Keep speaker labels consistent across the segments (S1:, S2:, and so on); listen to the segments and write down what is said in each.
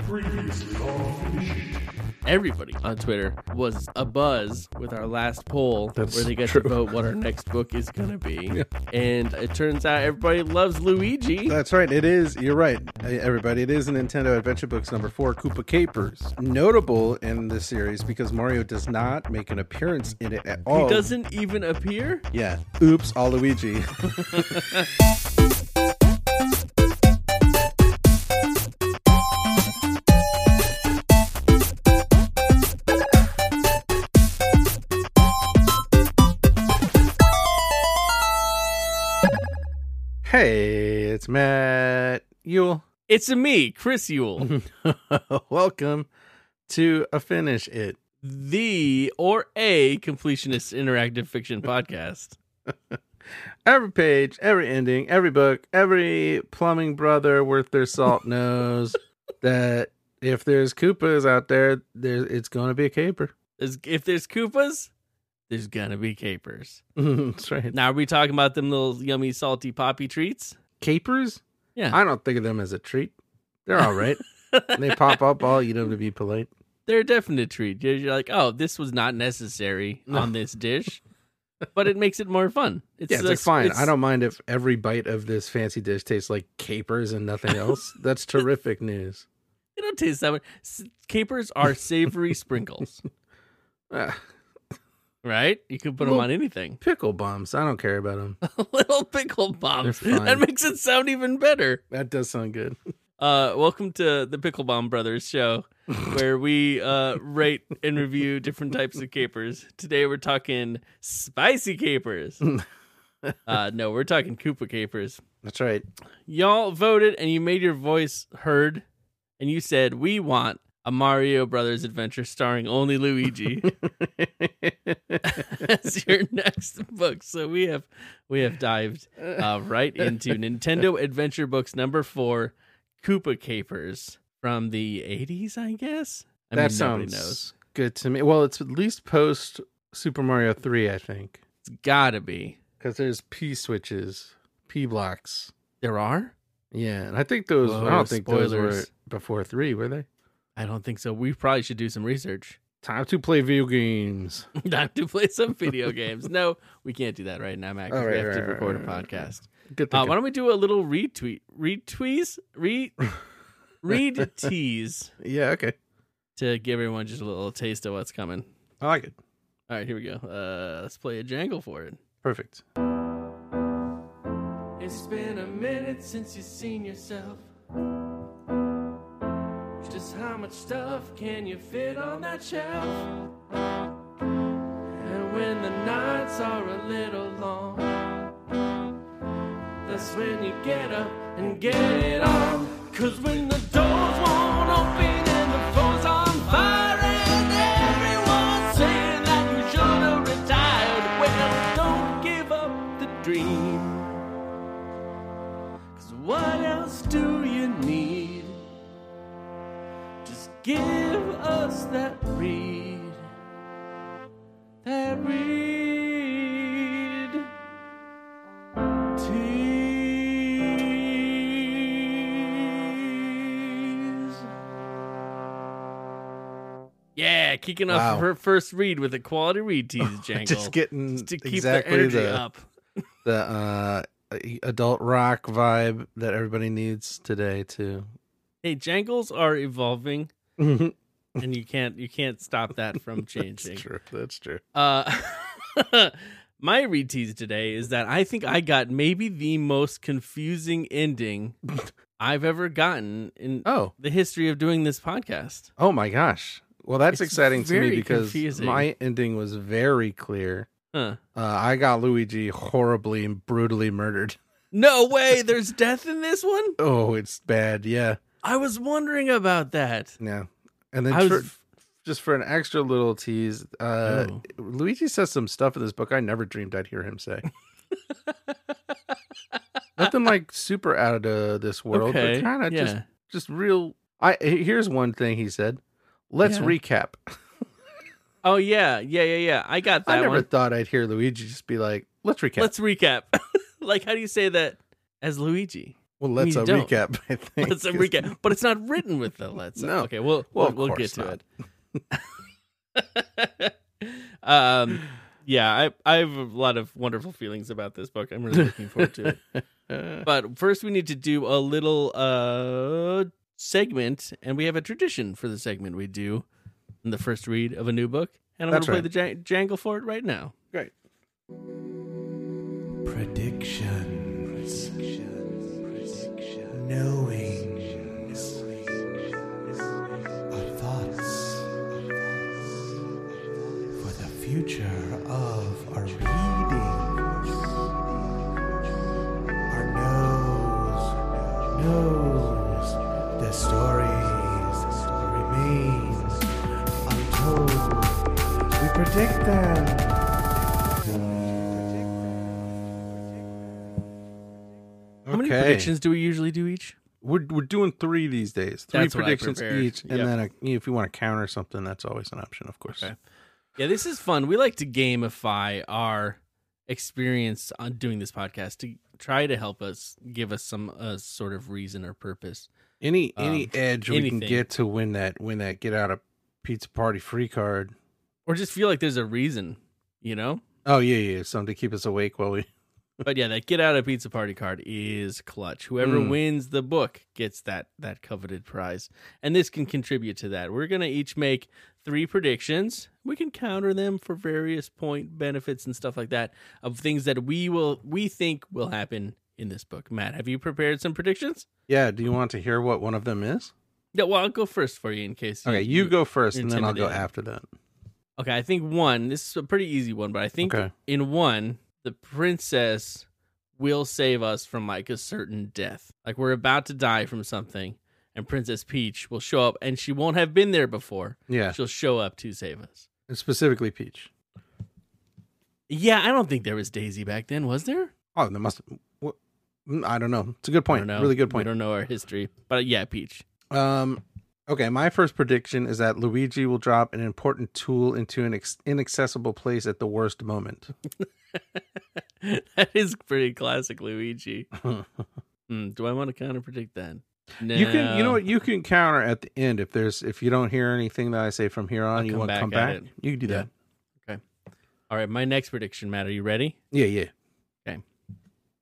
S1: Previously on Finishing.
S2: everybody on Twitter was abuzz with our last poll
S3: That's
S2: where they got
S3: true.
S2: to vote what our next book is going to be. And it turns out everybody loves Luigi.
S3: That's right. It is. You're right, everybody. It is Nintendo Adventure Books number four, Koopa Capers. Notable in this series because Mario does not make an appearance in it at all.
S2: He doesn't even appear.
S3: Yeah. Oops, all Luigi. hey, it's Matt Yule.
S2: It's a me, Chris Yule,
S3: Welcome to a finish it.
S2: the or a completionist interactive fiction podcast.
S3: Every page, every ending, every book, every plumbing brother worth their salt knows that if there's Koopas out there, there it's going to be a caper.
S2: There's- If there's Koopas, there's going to be capers.
S3: That's right.
S2: Now, are we talking about them little yummy, salty poppy treats?
S3: Capers?
S2: Yeah.
S3: I don't think of them as a treat. They're all right. they pop up. I'll eat them to be polite.
S2: they're a definite treat. You're, you're like, oh, this was not necessary
S3: No.
S2: on this dish, but it makes it more fun. It's
S3: yeah, it's
S2: a-
S3: like fine.
S2: it's-
S3: I don't mind if every bite of this fancy dish tastes like capers and nothing else. That's terrific news.
S2: They don't taste that much. S- Capers are savory sprinkles,
S3: Ah,
S2: right? You can put them
S3: Well-
S2: on anything.
S3: pickle bumps. I don't care about them.
S2: Little pickle bombs.
S3: They're fine.
S2: That makes it sound even better.
S3: That does sound good.
S2: Uh, welcome to the Pickle Bomb Brothers show, where we uh, rate and review different types of capers. Today we're talking spicy capers. Uh, no, we're talking Koopa capers.
S3: That's right.
S2: y'all voted and you made your voice heard and you said we want a mario brothers adventure starring only luigi as your next book so we have we have dived uh, right into nintendo adventure books number four koopa capers from the 80s i guess I
S3: that
S2: mean, nobody
S3: sounds
S2: knows
S3: good to me. Well, it's at least post Super Mario 3, I think,
S2: it's gotta be
S3: because there's P switches, P blocks.
S2: there are
S3: Yeah, and I think those. I
S2: Whoa,
S3: don't think those were
S2: spoilers.
S3: before three, were they?
S2: i don't think so we probably should do some research
S3: Time to play video games.
S2: time to play some video games no we can't do that right now mac 'cause
S3: Oh,
S2: we
S3: right,
S2: have to
S3: right, right,
S2: record a
S3: right, right, right.
S2: podcast
S3: Good
S2: Uh,
S3: thing.
S2: why don't we do a little retweet, retweets, re, read tease
S3: yeah, okay.
S2: to give everyone just a little taste of what's coming.
S3: I like it.
S2: All right, here we go. Uh, let's play a jangle for it.
S3: Perfect.
S2: It's been a minute since you've seen yourself. Just how much stuff can you fit on that shelf? And when the nights are a little long, that's when you get up and get it on. Cause when the doors won't open and the phone's on fire and everyone's saying that you should have retired, well, don't give up the dream. Cause what else do you need? Just give us that read. That read. Tease. Yeah, kicking off
S3: Wow.
S2: her first read with a quality read tease jangle.
S3: Just getting
S2: Just to keep the
S3: exactly
S2: energy
S3: the
S2: up.
S3: the uh, adult rock vibe that everybody needs today too.
S2: Hey, jangles are evolving.
S3: That's
S2: and you can't you can't stop that from changing.
S3: true. That's true.
S2: Uh, my read tease today is that I think I got maybe the most confusing ending I've ever gotten in
S3: Oh,
S2: the history of doing this podcast.
S3: Oh my gosh. Well, that's
S2: It's
S3: exciting to me
S2: very
S3: because
S2: confusing.
S3: my ending was very clear.
S2: Huh.
S3: Uh, I got Luigi horribly and brutally murdered.
S2: No way, there's death in this one?
S3: Oh, it's bad. Yeah.
S2: I was wondering about that.
S3: Yeah. And then
S2: I
S3: for-
S2: was
S3: just for an extra little tease, uh,
S2: Oh.
S3: Luigi says some stuff in this book I never dreamed I'd hear him say. Nothing like super out of uh, this world,
S2: okay.
S3: but kind of
S2: yeah.
S3: just just real. I here's one thing he said. Let's
S2: Yeah.
S3: recap.
S2: Oh yeah, yeah, yeah, yeah. I got that
S3: I never
S2: one.
S3: thought I'd hear Luigi just be like, "Let's recap."
S2: Let's recap. like how do you say that as Luigi?
S3: Well, let's
S2: You
S3: uh,
S2: don't.
S3: recap. I think.
S2: Let's uh,
S3: 'cause-
S2: recap, but it's not written with the let's.
S3: No.
S2: Okay, we'll
S3: Well,
S2: we'll,
S3: of
S2: we'll get
S3: course
S2: to
S3: not.
S2: it. um, yeah, I I have a lot of wonderful feelings about this book. I'm really looking forward to it.
S3: Uh,
S2: But first, we need to do a little uh segment, and we have a tradition for the segment we do in the first read of a new book. And I'm
S3: That's
S2: going
S3: right.
S2: to play the jan- jangle for it right now.
S3: great.
S4: Predictions. Knowings. Our thoughts. For the future of our readings. Our nose knows the stories remains untold. We predict them.
S2: How many predictions do we usually do each?
S3: We're we're doing three these days. Three
S2: That's what I
S3: predictions
S2: prepared.
S3: each, and
S2: Yep.
S3: then a, if you want to counter something, that's always an option, of course.
S2: Okay. Yeah, this is fun. We like to gamify our experience on doing this podcast to try to help us give us some uh, sort of reason or purpose.
S3: Any any
S2: Um,
S3: edge we
S2: anything.
S3: can get to win that win that get out of pizza party free card.
S2: Or just feel like there's a reason, you know?
S3: Oh yeah, yeah, something to keep us awake while we.
S2: But yeah, that get out of pizza party card is clutch. Whoever
S3: Mm.
S2: wins the book gets that that coveted prize. And this can contribute to that. We're going to each make three predictions. We can counter them for various point benefits and stuff like that of things that we will we think will happen in this book. Matt, have you prepared some predictions?
S3: Yeah, do you want to hear what one of them is?
S2: Yeah, well, I'll go first for you in case.
S3: Okay, you go first, and then I'll go
S2: intimidated.
S3: after that.
S2: Okay, I think one. This is a pretty easy one, but I think
S3: Okay.
S2: in one, the princess will save us from like a certain death. Like we're about to die from something, and Princess Peach will show up, and she won't have been there before.
S3: Yeah,
S2: She'll show up to save us.
S3: specifically peach.
S2: Yeah, I don't think there was Daisy back then, was there?
S3: Oh, there must. wh- mm, I don't know. It's a good
S2: I don't
S3: point.
S2: know.
S3: Really good
S2: We
S3: point.
S2: don't know our history, but yeah, Peach.
S3: Um, okay, my first prediction is that Luigi will drop an important tool into an ex- inaccessible place at the worst moment.
S2: that is pretty classic Luigi. Hmm, do I want to kind of predict that? No.
S3: You can, you know what? You can counter at the end if there's if you don't hear anything that I say from here on,
S2: I'll
S3: you
S2: come
S3: want to
S2: back at
S3: come back.
S2: it.
S3: You can do
S2: Yeah.
S3: that.
S2: All right, my next prediction, Matt. Are you ready?
S3: Yeah, yeah.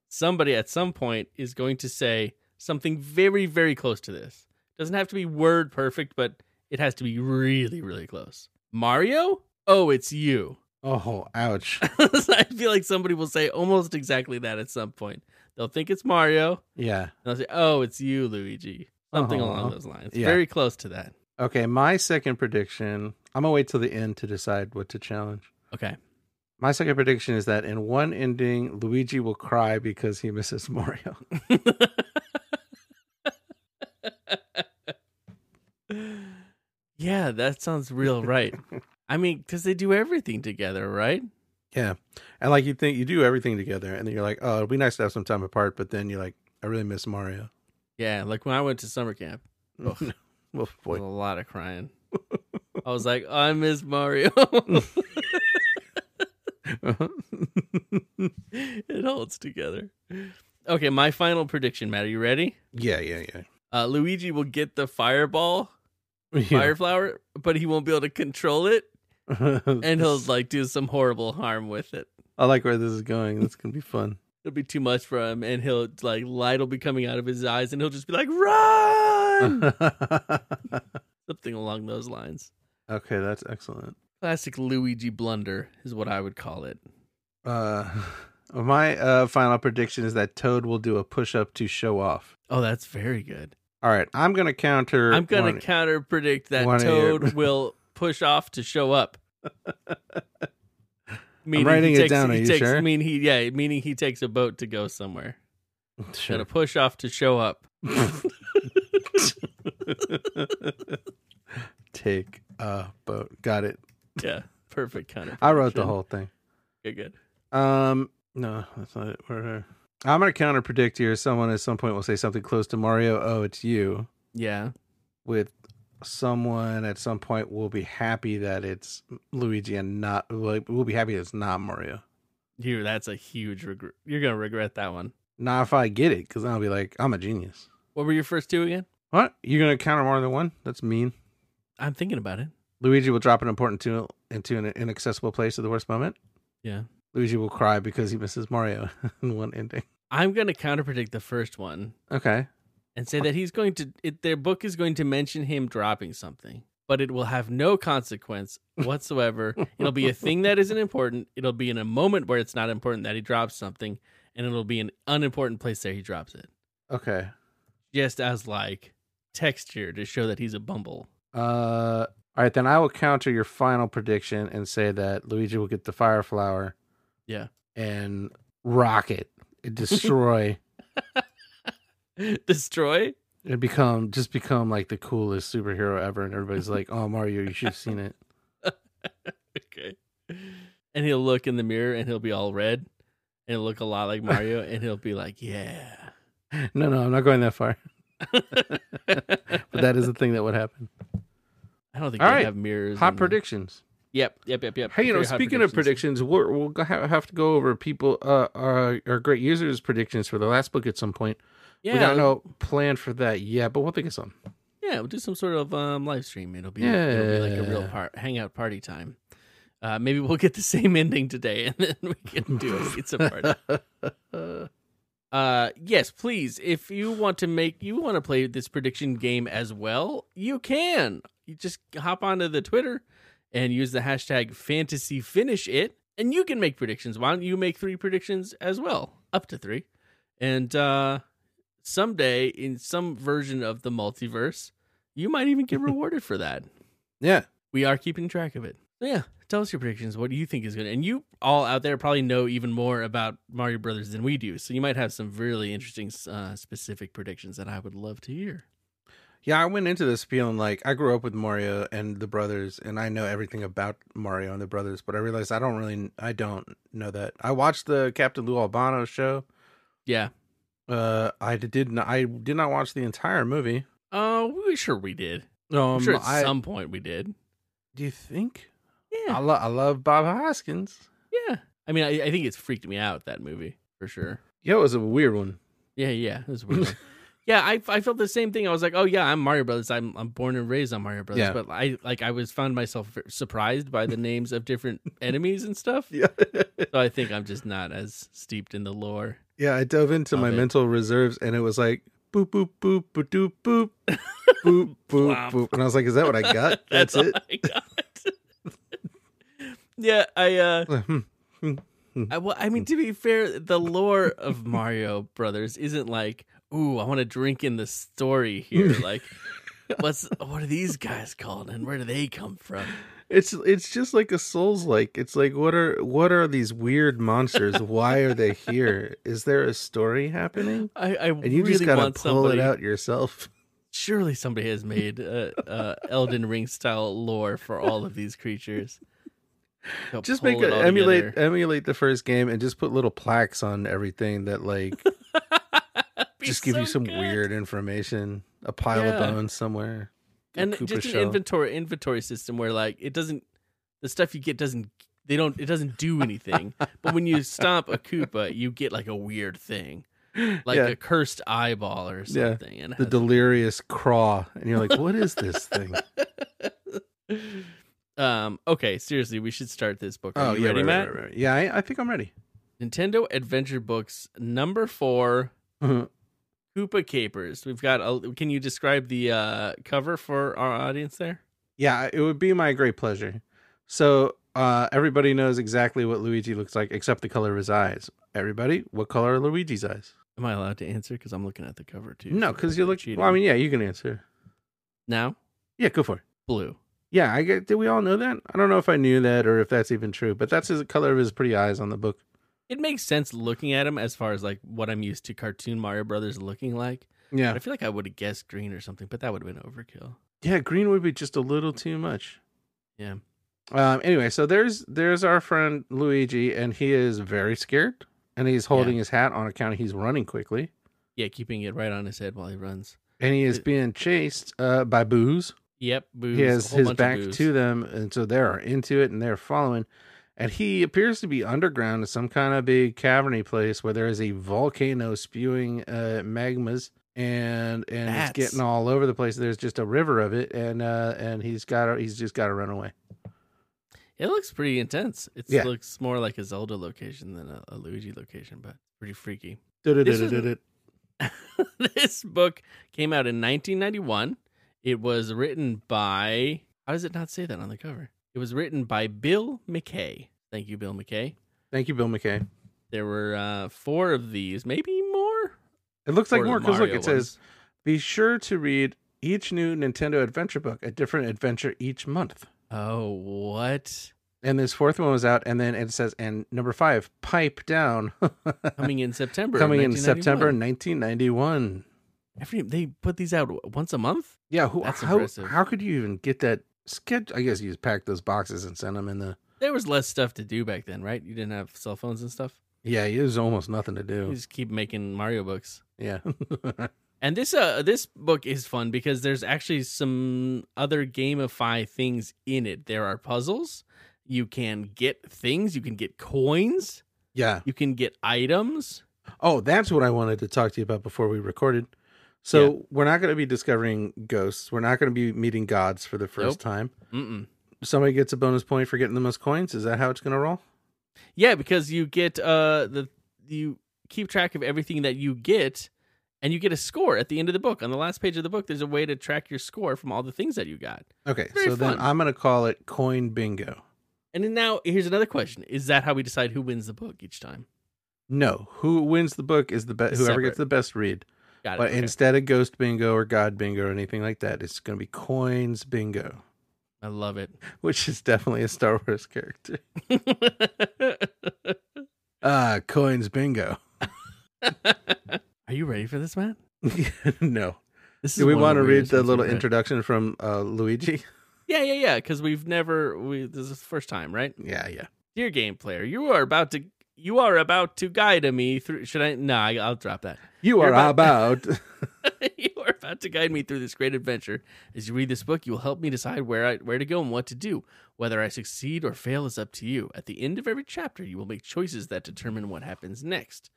S2: somebody at some point is going to say something very, very close to this. Doesn't have to be word perfect, but it has to be really, really close. Mario? Oh, it's you.
S3: Oh, ouch.
S2: So I feel like somebody will say almost exactly that at some point. They'll think it's Mario,
S3: yeah.
S2: and they'll say, "Oh, it's you, Luigi." Something
S3: Uh-huh.
S2: along those lines.
S3: Yeah.
S2: Very close to that.
S3: Okay, my second prediction. I'm gonna wait till the end to decide what to challenge.
S2: Okay.
S3: My second prediction is that in one ending, Luigi will cry because he misses Mario.
S2: Yeah, that sounds real right. I mean, because they do everything together, right?
S3: Yeah. And like you think you do everything together and then you're like, oh, it'd be nice to have some time apart, but then you're like, I really miss Mario.
S2: Yeah, like when I went to summer camp,
S3: well,
S2: There
S3: boy.
S2: was a lot of crying. I was like, I miss Mario. it holds together. Okay, my final prediction, Matt. Are you ready?
S3: yeah, yeah, yeah.
S2: Uh, Luigi will get the fireball,
S3: yeah.
S2: fire flower, but he won't be able to control it, and he'll like do some horrible harm with it.
S3: I like where this is going. This is gonna be fun.
S2: It'll be too much for him, and he'll like light will be coming out of his eyes, and he'll just be like, "Run!"
S3: okay,
S2: Something along those lines.
S3: that's excellent.
S2: Classic Luigi blunder is what I would call it.
S3: Uh my uh final prediction is that Toad will do a push up to show off.
S2: Oh, that's very good.
S3: All right, I'm gonna counter
S2: I'm gonna
S3: one-
S2: counter predict that
S3: one of your-
S2: Toad will push off to show up. meaning
S3: writing
S2: he
S3: it
S2: takes,
S3: down,
S2: He
S3: are you
S2: takes,
S3: sure?
S2: Mean he, yeah, meaning he takes a boat to go somewhere.
S3: Sure.
S2: Gonna push off to show up.
S3: Take a boat. Got it.
S2: Yeah, perfect counter.
S3: I wrote the
S2: prediction.
S3: whole thing.
S2: Okay, good.
S3: Um, no, that's not it. We're here. I'm gonna counter predict here. Someone at some point will say something close to Mario. Oh, it's you.
S2: Yeah,
S3: With someone at some point will be happy that it's Luigi and not. Like, will be happy it's not Mario.
S2: you. That's a huge regret. You're gonna regret that one.
S3: Not if I get it, because I'll be like, I'm a genius.
S2: What were your first two again?
S3: What? You're gonna counter more than one? That's mean.
S2: I'm thinking about it.
S3: Luigi will drop an important tool into an inaccessible place at the worst moment.
S2: Yeah.
S3: Luigi will cry because he misses Mario in one ending.
S2: I'm going to counter predict the first one
S3: Okay.
S2: and say that he's going to, it, their book is going to mention him dropping something, but it will have no consequence whatsoever. it'll be a thing that isn't important. It'll be in a moment where it's not important that he drops something, and it'll be an unimportant place there he drops it.
S3: Okay.
S2: Just as like texture to show that he's a bumble.
S3: Uh, all right, then I will counter your final prediction and say that Luigi will get the fire flower.
S2: Yeah.
S3: And rocket and destroy
S2: Destroy?
S3: and become just become like the coolest superhero ever. And everybody's like, "Oh, Mario, you should have seen it."
S2: Okay. And he'll look in the mirror and he'll be all red and look a lot like Mario and he'll be like, yeah.
S3: No, no, I'm not going that far. But that is the thing that would happen.
S2: I don't think
S3: All
S2: they
S3: right.
S2: have mirrors.
S3: Hot
S2: in-
S3: predictions.
S2: Yep, yep, yep, yep.
S3: Hey, you know,
S2: Very hot
S3: speaking of predictions, we're, we'll go- ha- have to go over people, uh, our, our great users' predictions for the last book at some point.
S2: yeah,
S3: we got no plan for that yet, but we'll think of some.
S2: yeah, we'll do some sort of um, live stream. It'll be, it'll be like a real
S3: Yeah.
S2: part hangout party time. Uh, maybe we'll get the same ending today, and then we can do a pizza party. Uh, yes, please. If you want to make you want to play this prediction game as well, you can. You just hop onto the Twitter and use the hashtag fantasy finish it, and you can make predictions. Why don't you make three predictions as well? Up to three. And uh someday in some version of the multiverse, you might even get rewarded for that.
S3: Yeah.
S2: We are keeping track of it. So yeah, tell us your predictions. What do you think is going to and you all out there probably know even more about Mario Brothers than we do. So you might have some really interesting uh, specific predictions that I would love to hear.
S3: Yeah, I went into this feeling like I grew up with Mario and the brothers, and I know everything about Mario and the brothers, but I realized I don't really, I don't know that. I watched the Captain Lou Albano show.
S2: Yeah.
S3: Uh, I did not, I did not watch the entire movie.
S2: Oh, we sure we did.
S3: Um,
S2: I'm sure at
S3: I-
S2: some point we did.
S3: do you think?
S2: Yeah.
S3: I, lo- I love Bob Hoskins.
S2: yeah. I mean, I, I think it's freaked me out that movie for sure.
S3: Yeah, it was a weird one.
S2: Yeah, yeah, it was a weird. one. yeah, I, I felt the same thing. I was like, oh yeah, I'm Mario Brothers. I'm I'm born and raised on Mario Brothers.
S3: Yeah.
S2: But I like I was found myself surprised by the names of different enemies and stuff.
S3: Yeah.
S2: So I think I'm just not as steeped in the lore.
S3: Yeah, I dove into
S2: Love
S3: my
S2: it.
S3: mental reserves and it was like boop boop boop boop doop boop boop boop
S2: Plop.
S3: boop. And I was like, is that what I got? That's,
S2: all
S3: it.
S2: I got. yeah, I uh
S3: Hmm.
S2: I, well, I mean, to be fair, the lore of Mario Brothers isn't like, ooh, I want to drink in the story here.
S3: Hmm.
S2: Like, what's what are these guys called, and where do they come from?
S3: It's it's just like a souls like. It's like what are what are these weird monsters? Why are they here? Is there a story happening?
S2: I, I
S3: And you
S2: really
S3: just gotta
S2: want
S3: pull
S2: somebody.
S3: it out yourself.
S2: Surely somebody has made uh, uh, Elden Ring style lore for all of these creatures. Go
S3: Just
S2: pull
S3: make
S2: it
S3: a,
S2: all
S3: emulate
S2: together.
S3: emulate the first game and just put little plaques on everything that like
S2: Be
S3: just give you
S2: so
S3: some
S2: good.
S3: weird information. A pile
S2: Yeah.
S3: of bones somewhere. A
S2: and
S3: Koopa
S2: just an
S3: shell.
S2: inventory inventory system where like it doesn't the stuff you get doesn't they don't it doesn't do anything. but when you stomp a Koopa, you get like a weird thing, like
S3: Yeah.
S2: a cursed eyeball or
S3: Yeah.
S2: something. And it
S3: the
S2: has-
S3: delirious craw and you're like what is this thing
S2: um, okay, seriously, we should start this book. Are you
S3: Oh, yeah
S2: ready,
S3: right,
S2: Matt?
S3: right, right, right. yeah I, I think i'm ready
S2: Nintendo Adventure Books number four. Koopa Capers. We've got. A, can you describe the uh, cover for our audience there?
S3: yeah it would be my great pleasure so uh everybody knows exactly what luigi looks like except the color of his eyes everybody what color are luigi's eyes
S2: Am I allowed to answer? Because I'm looking at the cover too.
S3: no
S2: so
S3: because
S2: that's
S3: you
S2: really
S3: look
S2: cheating.
S3: well i mean yeah you can answer
S2: now
S3: yeah go for it
S2: blue.
S3: yeah i get did we all know that i don't know if i knew that or if that's even true but that's his color of his pretty eyes on the book
S2: It makes sense looking at him as far as like what I'm used to cartoon Mario Brothers looking like. But
S3: yeah
S2: I feel like I would have guessed green or something, but that would have been overkill.
S3: yeah green would be just a little too much
S2: Yeah.
S3: Um. Anyway, so there's there's our friend Luigi, and he is very scared, and he's holding his hat on account of he's running quickly,
S2: Yeah, keeping it right on his head while he runs.
S3: and he is
S2: It-
S3: being chased uh, by boos.
S2: Yep, booze.
S3: He has
S2: a whole
S3: his
S2: bunch of
S3: back
S2: booze.
S3: to them, and so they're into it, and they're following. and he appears to be underground in some kind of big caverny place where there is a volcano spewing uh, magmas and and
S2: That's-
S3: it's getting all over the place. There's just a river of it, and uh, and he's got he's just got to run away.
S2: It looks pretty intense. It
S3: Yeah.
S2: looks more like a Zelda location than a, a Luigi location, but pretty freaky.
S3: Du-du-du-du-du-du.
S2: this book came out in 1991. It was written by. How does it not say that on the cover? It was written by Bill McKay. Thank you, Bill McKay.
S3: Thank you, Bill McKay.
S2: There were uh, four of these, maybe more.
S3: It looks like
S2: Four of
S3: more
S2: the
S3: because look,
S2: Mario
S3: it says
S2: ones.
S3: Be sure to read each new Nintendo adventure book, a different adventure each month.
S2: "Oh, what
S3: And this fourth one was out, and then it says, and number five, Pipe Down,
S2: coming in September?
S3: coming in September
S2: 1991.
S3: 1991.
S2: Every they put these out w- once a month.
S3: Yeah, who,
S2: That's
S3: how,
S2: impressive.
S3: how could you even get that schedule? I guess you just packed those boxes and sent them in the.
S2: There was less stuff to do back then, right? You didn't have cell phones and stuff.
S3: Yeah, there's almost nothing to
S2: You
S3: do.
S2: just keep making Mario books.
S3: Yeah.
S2: And this uh this book is fun because there's actually some other gamify things in it. There are puzzles. You can get things. You can get coins.
S3: yeah.
S2: You can get items.
S3: Oh, that's what I wanted to talk to you about before we recorded. So we're not going to be discovering ghosts. We're not going to be meeting gods for the
S2: Nope.
S3: first time.
S2: Mm-mm.
S3: somebody gets a bonus point for getting the most coins. Is that how it's going to roll?
S2: Yeah, because you get uh the you keep track of everything that you get, and you get a score at the end of the book. On the last page of the book, there's a way to track your score from all the things that you got.
S3: Okay,
S2: Very
S3: so then
S2: fun.
S3: I'm going to call it coin bingo.
S2: And then now here's another question: Is that how we decide who wins the book each time?
S3: No, who wins the book is the best.
S2: It's
S3: Whoever
S2: separate.
S3: gets the best read.
S2: Got it.
S3: But
S2: okay.
S3: instead of ghost bingo or god bingo or anything like that, it's going to be coins bingo,
S2: I love it.
S3: which is definitely a Star Wars character. Ah, coins bingo.
S2: Are you ready for this, man?
S3: no,
S2: This
S3: do we
S2: one of
S3: want to
S2: the
S3: read
S2: weirdest
S3: the
S2: ones
S3: little
S2: we've read.
S3: introduction from uh, Luigi?
S2: Yeah, yeah, yeah. Because we've never. We, this is the first time, right?
S3: Yeah, yeah.
S2: Dear game player, you are about to. You are about to guide me through. Should I? Nah, I- I'll drop that.
S3: You
S2: You're
S3: are
S2: about-
S3: about.
S2: you are about to guide me through this great adventure. As you read this book, you will help me decide where I, where to go and what to do. Whether I succeed or fail is up to you. At the end of every chapter, you will make choices that determine what happens next.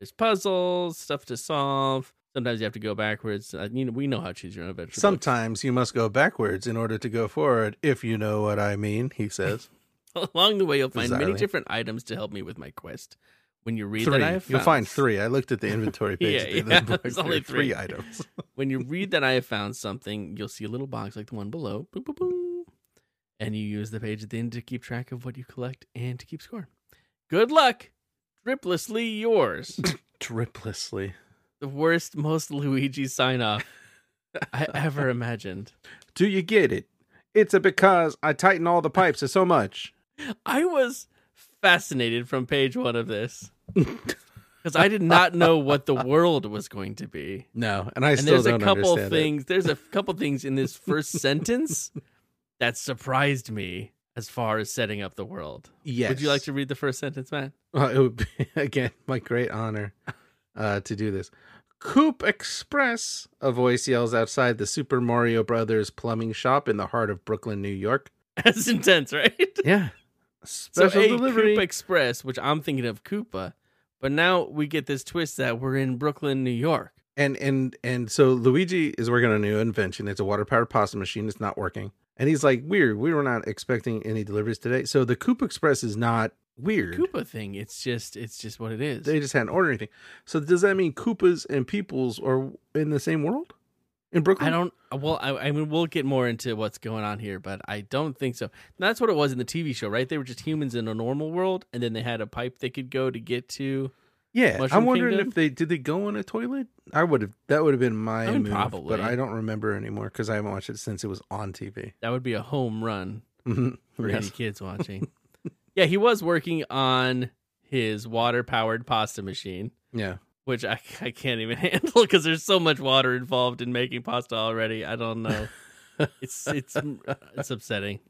S2: There's puzzles, stuff to solve. Sometimes you have to go backwards. Uh, you know, we know how to choose your own adventure. books.
S3: Sometimes you must go backwards in order to go forward, if you know what I mean. He says.
S2: Along the way, you'll find many
S3: Bizarrely.
S2: different items to help me with my quest. When you read
S3: three.
S2: that I have
S3: You'll
S2: found-
S3: find three. I looked at the inventory page.
S2: Yeah,
S3: at the end
S2: yeah,
S3: of the book.
S2: there's
S3: There
S2: only
S3: are three.
S2: three.
S3: items.
S2: when you read that I have found something, you'll see a little box like the one below. Boom, boom, boom. And you use the page at the end to keep track of what you collect and to keep score. Good luck. Driplessly yours.
S3: Triplessly.
S2: the worst, most Luigi sign off I ever imagined.
S3: Do you get it? It's a because I tighten all the pipes so much.
S2: I was fascinated from page one of this because I did not know what the world was going to be.
S3: No, and I
S2: and
S3: still
S2: there's
S3: don't
S2: a couple
S3: understand
S2: things there's a couple things in this first sentence that surprised me as far as setting up the world
S3: it. Yes.
S2: would you like to read the first sentence matt
S3: Well, it would be again my great honor uh, to do this. Coop Express, a voice yells outside the Super Mario Brothers plumbing shop in the heart of Brooklyn, New York.
S2: that's intense right
S3: Yeah.
S2: so
S3: Special
S2: a
S3: delivery.
S2: Koopa express which i'm thinking of koopa but now we get this twist that we're in brooklyn new york
S3: and and and so Luigi is working on a new invention. It's a water powered pasta machine. It's not working, and he's like, "Weird. We were not expecting any deliveries today." So the Coop Express is not weird.
S2: koopa thing it's just it's just what it is
S3: They just hadn't ordered anything. So does that mean Koopas and Peoples are in the same world in Brooklyn?
S2: I don't. Well, I, I mean, we'll get more into what's going on here, but I don't think so. That's what it was in the TV show, right? They were just humans in a normal world, and then they had a pipe they could go to get to.
S3: Yeah,
S2: Mushroom
S3: I'm wondering
S2: Kingdom?
S3: if they did they go in a toilet. I would have. That would have been my
S2: I mean,
S3: move,
S2: probably.
S3: but I don't remember anymore because I haven't watched it since it was on TV.
S2: That would be a home run
S3: Mhm.
S2: for
S3: Yes.
S2: any kids watching. yeah, he was working on his water-powered pasta machine,
S3: Yeah.
S2: which I, I can't even handle because there's so much water involved in making pasta already. I don't know. it's it's uh, it's upsetting.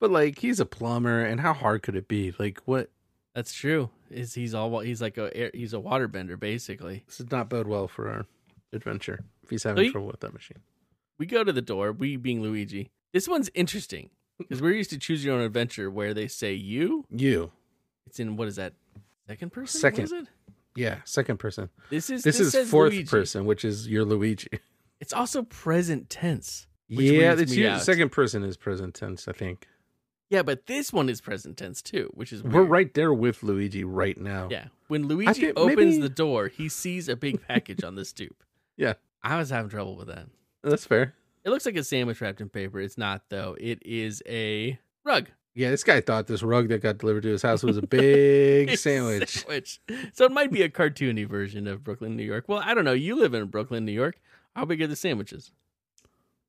S3: But like he's a plumber, and how hard could it be? Like what?
S2: That's true. Is he's all wa- he's like a air- he's a waterbender basically.
S3: This does not bode well for our adventure if he's
S2: So
S3: having
S2: you-
S3: trouble with that machine.
S2: We go to the door, we being Luigi. This one's interesting. Because we're used to choose your own adventure where they say you.
S3: You.
S2: It's in what is that? Second person?
S3: Second.
S2: What is it?
S3: Yeah, second person.
S2: This is
S3: This, is
S2: says
S3: fourth
S2: Luigi.
S3: person, which is your Luigi.
S2: It's also present tense. which
S3: yeah,
S2: weirds
S3: it's
S2: me
S3: you,
S2: out.
S3: second person is present tense, I think.
S2: Yeah, but this one is present tense too, which is weird.
S3: We're right there with Luigi right now.
S2: Yeah. When Luigi
S3: think
S2: opens
S3: maybe-
S2: the door, he sees a big package on the stoop.
S3: Yeah.
S2: I was having trouble with that.
S3: That's fair.
S2: It looks like a sandwich wrapped in paper. It's not though. It is a rug.
S3: Yeah, this guy thought this rug that got delivered to his house was a big sandwich.
S2: sandwich. So it might be a cartoony version of Brooklyn, New York. Well, I don't know. You live in Brooklyn, New York. How big are the sandwiches?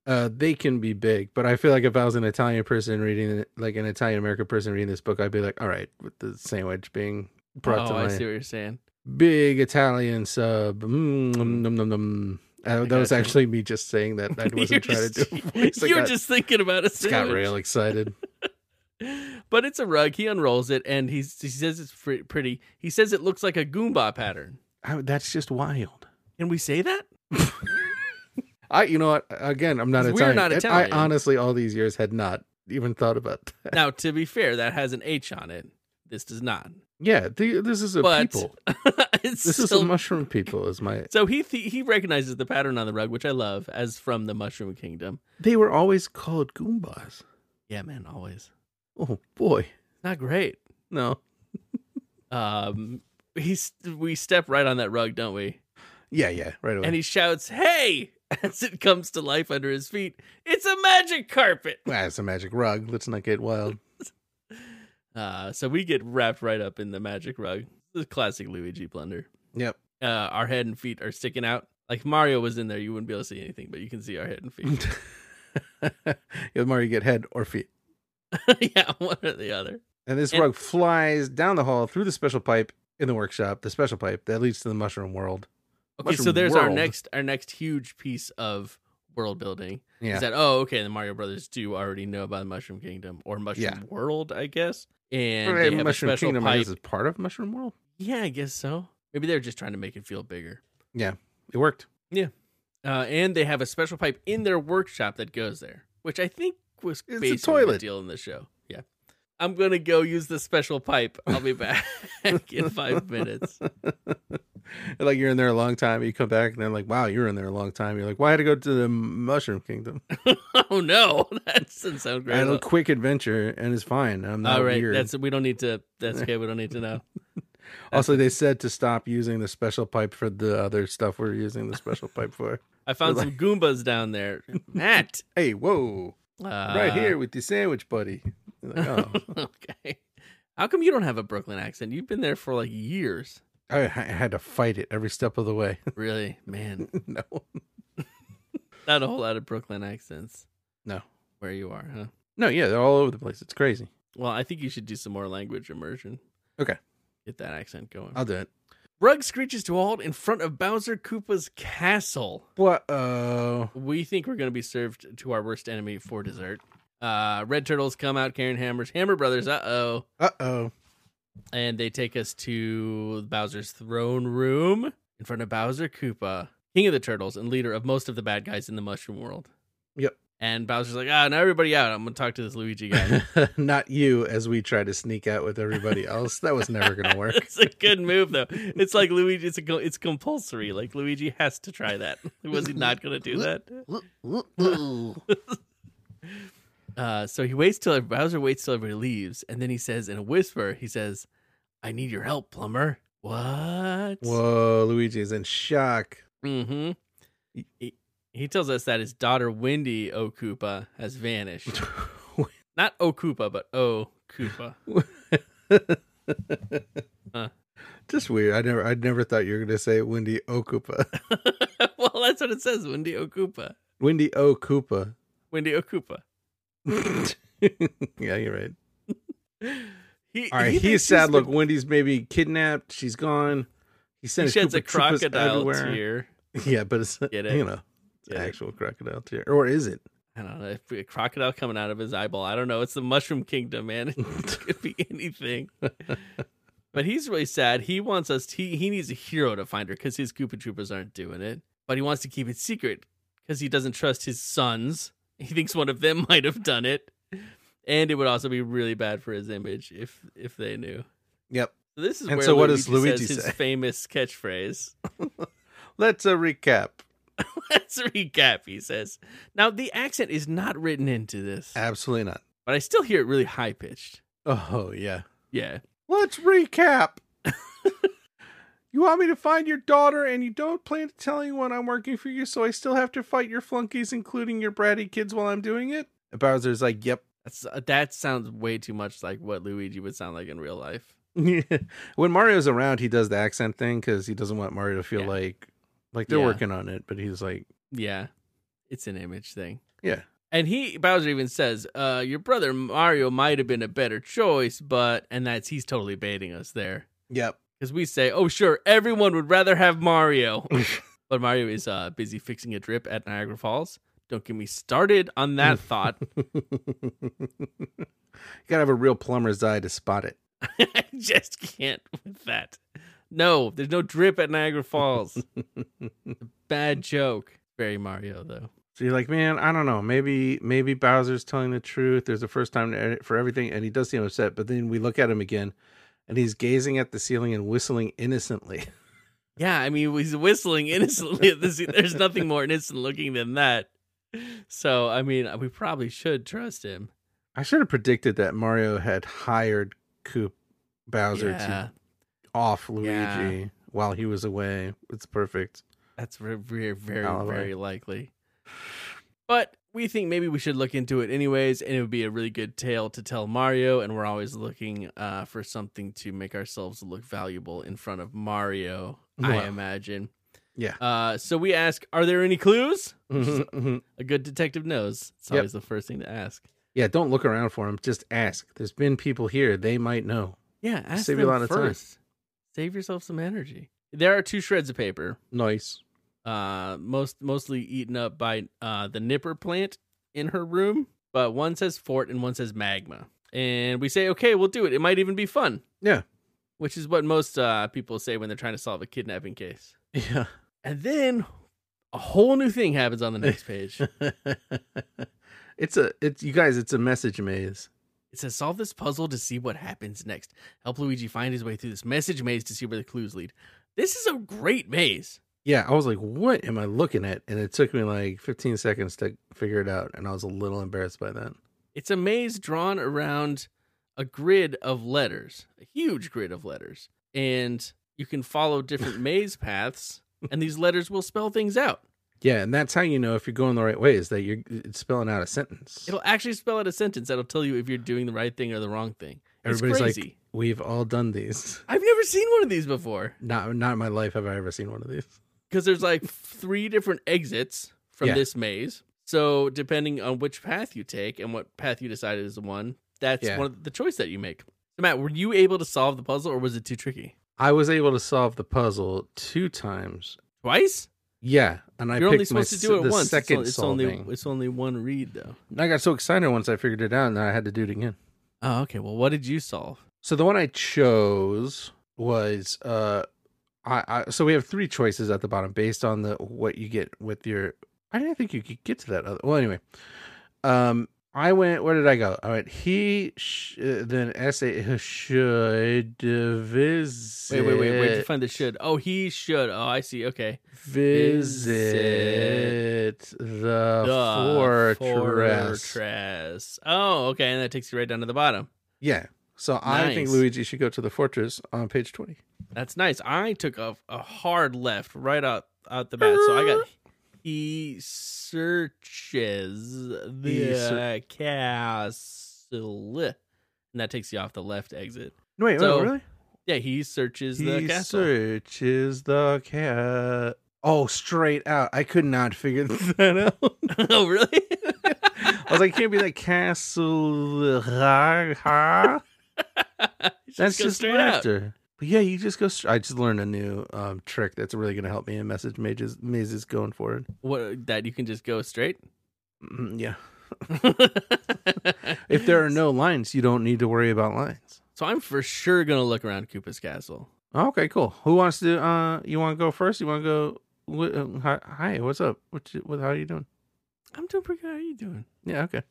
S3: Uh, they can be big, but I feel like if I was an Italian person reading, it, like an Italian American person reading this book, I'd be like, all right, with the sandwich being brought to
S2: oh, I
S3: my
S2: see what you're saying.
S3: big Italian sub. Mm, nom, nom, nom, nom. Uh, that was
S2: gotcha.
S3: actually me just saying that. I
S2: You're
S3: wasn't trying to
S2: just-
S3: do a voice. I
S2: You're
S3: got-
S2: just thinking about a
S3: just got
S2: sandwich.
S3: real excited.
S2: But it's a rug. He unrolls it and he's, he says it's fr- pretty. He says it looks like a Goomba pattern.
S3: I, that's just wild.
S2: Can we say that?
S3: I, you know what? Again, I'm not
S2: 'Cause we're
S3: Italian.
S2: not
S3: And
S2: Italian.
S3: I honestly, all these years, had not even thought about that.
S2: now, to be fair, that has an H on it. This does not.
S3: Yeah, the, this is a
S2: But
S3: people.
S2: it's
S3: This is
S2: still-
S3: a mushroom people. Is my
S2: so he th- he recognizes the pattern on the rug, which I love, as from the Mushroom Kingdom.
S3: they were always called Goombas.
S2: Yeah, man, always
S3: Oh boy,
S2: not great.
S3: no.
S2: Um, he's we step right on that rug, don't we?
S3: Yeah, yeah, right away.
S2: And he shouts, "Hey!" as it comes to life under his feet. It's a magic carpet.
S3: ah, it's a magic rug. Let's not get wild.
S2: Uh, so we get wrapped right up in the magic rug. The classic Luigi blunder.
S3: Yep.
S2: Uh, our head and feet are sticking out. Like Mario was in there, you wouldn't be able to see anything, but you can see our head and feet.
S3: the more you get head or feet.
S2: yeah, one or the other.
S3: And this
S2: And-
S3: rug flies down the hall through the special pipe in the workshop, the special pipe that leads to the mushroom world.
S2: Okay, so
S3: Mushroom
S2: there's our
S3: World.
S2: next our next huge piece of world building.
S3: Yeah.
S2: Is that oh okay, the Mario Brothers do already know about the Mushroom Kingdom or Mushroom
S3: Yeah.
S2: World, I guess. And
S3: Right,
S2: they have
S3: Mushroom
S2: a special
S3: Kingdom I
S2: pipe.
S3: guess, is part of Mushroom World.
S2: Yeah, I guess so. Maybe they're just trying to make it feel bigger.
S3: It worked.
S2: Uh, and they have a special pipe in their workshop that goes there, which I think was
S3: It's a
S2: basically the
S3: toilet.
S2: deal in the show. Yeah. I'm gonna go use the special pipe. I'll be back in five minutes.
S3: like you're in there a long time, you come back and they're like, "Wow, you're in there a long time." You're like, "Why had to go to the Mushroom Kingdom?"
S2: oh no, that doesn't sound
S3: I
S2: great.
S3: had
S2: at all.
S3: a quick adventure and it's fine. I'm not
S2: All right,
S3: weird.
S2: that's we don't need to. That's okay. We don't need to know.
S3: also, they said to stop using the special pipe for the other stuff we're using the special pipe for.
S2: I found some Goombas down there, Matt.
S3: Hey, whoa,
S2: Uh,
S3: right here with the sandwich, buddy. You're Like, oh,
S2: okay. How come you don't have a Brooklyn accent? You've been there for like years.
S3: I, I had to fight it every step of the way.
S2: Really, man.
S3: no,
S2: Not a whole lot of Brooklyn accents.
S3: No.
S2: Where you are, huh?
S3: no, yeah, they're all over the place. It's crazy.
S2: Well, I think you should do some more language immersion.
S3: Okay.
S2: Get that accent going.
S3: I'll do it.
S2: Rug screeches to a halt in front of Bowser Koopa's castle.
S3: What? Oh,
S2: we think we're going to be served to our worst enemy for dessert. Uh, Red Turtles come out carrying hammers. Hammer Brothers, uh oh.
S3: uh oh.
S2: And they take us to Bowser's throne room in front of Bowser Koopa, King of the Turtles and leader of most of the bad guys in the Mushroom World.
S3: Yep.
S2: And Bowser's like, ah, now everybody out. I'm going to talk to this Luigi guy.
S3: Not you, as we try to sneak out with everybody else. That was never going to work.
S2: It's a good move, though. It's like Luigi, it's, a, co- it's compulsory. Like, Luigi has to try that. Was he not going to do that? Uh, so he waits till Bowser waits till everybody leaves, and then he says in a whisper, he says, "I need your help, plumber." What?
S3: Whoa, Luigi is in shock.
S2: Mm-hmm. He, he tells us that his daughter Wendy Okupa has vanished. Not Okupa, but O Koopa.
S3: Just weird. I never, I never thought you were gonna say Wendy Okupa.
S2: well, that's what it says, Wendy Okupa.
S3: Wendy Okupa.
S2: Wendy Okupa.
S3: yeah, you're right.
S2: He,
S3: All right,
S2: he
S3: he's
S2: thinks
S3: sad.
S2: been-
S3: Look, Wendy's maybe kidnapped. She's gone. He
S2: he
S3: sent his
S2: sheds a
S3: Koopa Troopas
S2: crocodile
S3: everywhere.
S2: tear.
S3: Yeah, but it's
S2: Get it?
S3: you know it's
S2: Get it?
S3: actual crocodile tear, or is it?
S2: I don't know. If a crocodile coming out of his eyeball, I don't know. It's the mushroom kingdom, man. It could be anything. but he's really sad. He wants us. He he needs a hero to find her because his Koopa Troopers aren't doing it. But he wants to keep it secret because he doesn't trust his sons. He thinks one of them might have done it. and it would also be really bad for his image if if they knew.
S3: Yep.
S2: So this is
S3: And
S2: where
S3: so what
S2: Luigi
S3: does Luigi
S2: says
S3: say?
S2: his famous catchphrase.
S3: Let's uh, recap.
S2: Let's recap. He says, "Now the accent is not written into this,
S3: Absolutely not.
S2: but I still hear it really high pitched."
S3: Oh yeah.
S2: Yeah,
S3: Let's recap. you want me to find your daughter, and you don't plan to tell anyone I'm working for you, so I still have to fight your flunkies, including your bratty kids, while I'm doing it. And Bowser's like, "Yep."
S2: that's uh, that sounds way too much like what Luigi would sound like in real life.
S3: when Mario's around, he does the accent thing because he doesn't want Mario to feel
S2: Yeah.
S3: like like they're
S2: Yeah.
S3: working on it, but he's like,
S2: Yeah, it's an image thing.
S3: "Yeah,
S2: And he Bowser even says, uh, "Your brother Mario might have been a better choice, but..." And that's he's totally baiting us there
S3: yep."
S2: because we say, "Oh, sure, everyone would rather have Mario," but Mario is uh, busy fixing a drip at Niagara Falls. Don't get me started on that thought.
S3: you gotta have a real plumber's eye to spot it.
S2: I just can't with that. No, there's no drip at Niagara Falls. Bad joke. Very Mario though.
S3: So you're like, man, I don't know. Maybe maybe Bowser's telling the truth. There's a first time to- for everything, and he does seem upset. But then we look at him again, and he's gazing at the ceiling and whistling innocently.
S2: Yeah, I mean he's whistling innocently. at this. There's nothing more innocent looking than that. So I mean, we probably should trust him.
S3: I should have predicted that Mario had hired Coop Bowser
S2: yeah,
S3: to off Luigi
S2: Yeah.
S3: while he was away. It's perfect.
S2: that's very, very, very,
S3: Alibi.
S2: very likely. But we think maybe we should look into it anyways, and it would be a really good tale to tell Mario. And we're always looking uh, for something to make ourselves look valuable in front of Mario. I
S3: Well.
S2: imagine.
S3: Yeah.
S2: Uh, so we ask, are there any clues? Which is-
S3: Mhm, mhm.
S2: A good detective knows. It's
S3: Yep.
S2: always the first thing to ask.
S3: Yeah, don't look around for him. Just ask. There's been people here. They might know.
S2: Yeah, ask
S3: Save you
S2: them
S3: a lot of time.
S2: first. Save yourself some energy. There are two shreds of paper,
S3: Nice.
S2: uh, most mostly eaten up by uh, the Nipper plant in her room, but one says fort and one says magma. And we say, okay, we'll do it. It might even be fun.
S3: Yeah.
S2: Which is what most uh, people say when they're trying to solve a kidnapping case.
S3: Yeah.
S2: And then a whole new thing happens on the next page.
S3: it's a it's you guys, it's a message maze.
S2: It says solve this puzzle to see what happens next. Help Luigi find his way through this message maze to see where the clues lead. This is a great maze.
S3: Yeah, I was like, what am I looking at? And it took me like 15 seconds to figure it out. And I was a little embarrassed by that.
S2: It's a maze drawn around a grid of letters, a huge grid of letters. And you can follow different maze paths, and these letters will spell things out.
S3: Yeah, and that's how you know if you're going the right way is that you're it's spelling out a sentence.
S2: It'll actually spell out a sentence that'll tell you if you're doing the right thing or the wrong thing. It's
S3: Everybody's
S2: crazy.
S3: like, we've all done these.
S2: I've never seen one of these before.
S3: Not not in my life have I ever seen one of these.
S2: because there's like three different exits from
S3: Yeah.
S2: this maze. So depending on which path you take and what path you decide is the one, that's
S3: Yeah.
S2: one of the choice that you make. So Matt, were you able to solve the puzzle or was it too tricky?
S3: I was able to solve the puzzle two times.
S2: Twice?
S3: Yeah, and I
S2: You're
S3: picked
S2: only supposed
S3: my,
S2: to do
S3: s-
S2: it
S3: the
S2: once. It's
S3: second
S2: on- it's,
S3: solving.
S2: only it's only one read though.
S3: And I got so excited once I figured it out, and I had to do it again.
S2: Oh, okay. Well, what did you solve?
S3: So the one I chose was uh, I, I so we have three choices at the bottom based on the what you get with your. I didn't think you could get to that other. Well, anyway, um, I went. Where did I go? I went. He sh- uh, then essay should visit.
S2: Wait, wait, wait. Where'd you find the should? Oh, he should. Oh, I see. Okay.
S3: visit the,
S2: The
S3: fortress.
S2: fortress. Oh, okay. And that takes you right down to the bottom.
S3: Yeah. So I think
S2: Nice.
S3: Luigi should go to the fortress on page twenty.
S2: That's nice. I took a, a hard left right out out the bat, so I got he searches the uh,
S3: He ser-
S2: castle, and that takes you off the left exit.
S3: No, wait,
S2: So-
S3: wait, really?
S2: Yeah, he searches
S3: he
S2: the castle.
S3: searches the cat. Oh, straight out! I could not figure that out.
S2: oh, really?
S3: I was like, can't be that castle. ha, ha.
S2: Just
S3: That's
S2: go
S3: just
S2: straight out.
S3: laughter. But yeah, you just go. Str- I just learned a new um, trick that's really going to help me in message mazes, mazes going forward.
S2: What that you can just go straight.
S3: Mm, yeah. If there are no lines, you don't need to worry about lines.
S2: so I'm for sure gonna look around Koopa's castle.
S3: Okay, cool. Who wants to? Uh, you want to go first? You want to go? What, uh, hi, hi, what's up? What? you- What? How are you doing?
S2: I'm doing pretty good. How are you doing?
S3: Yeah. Okay.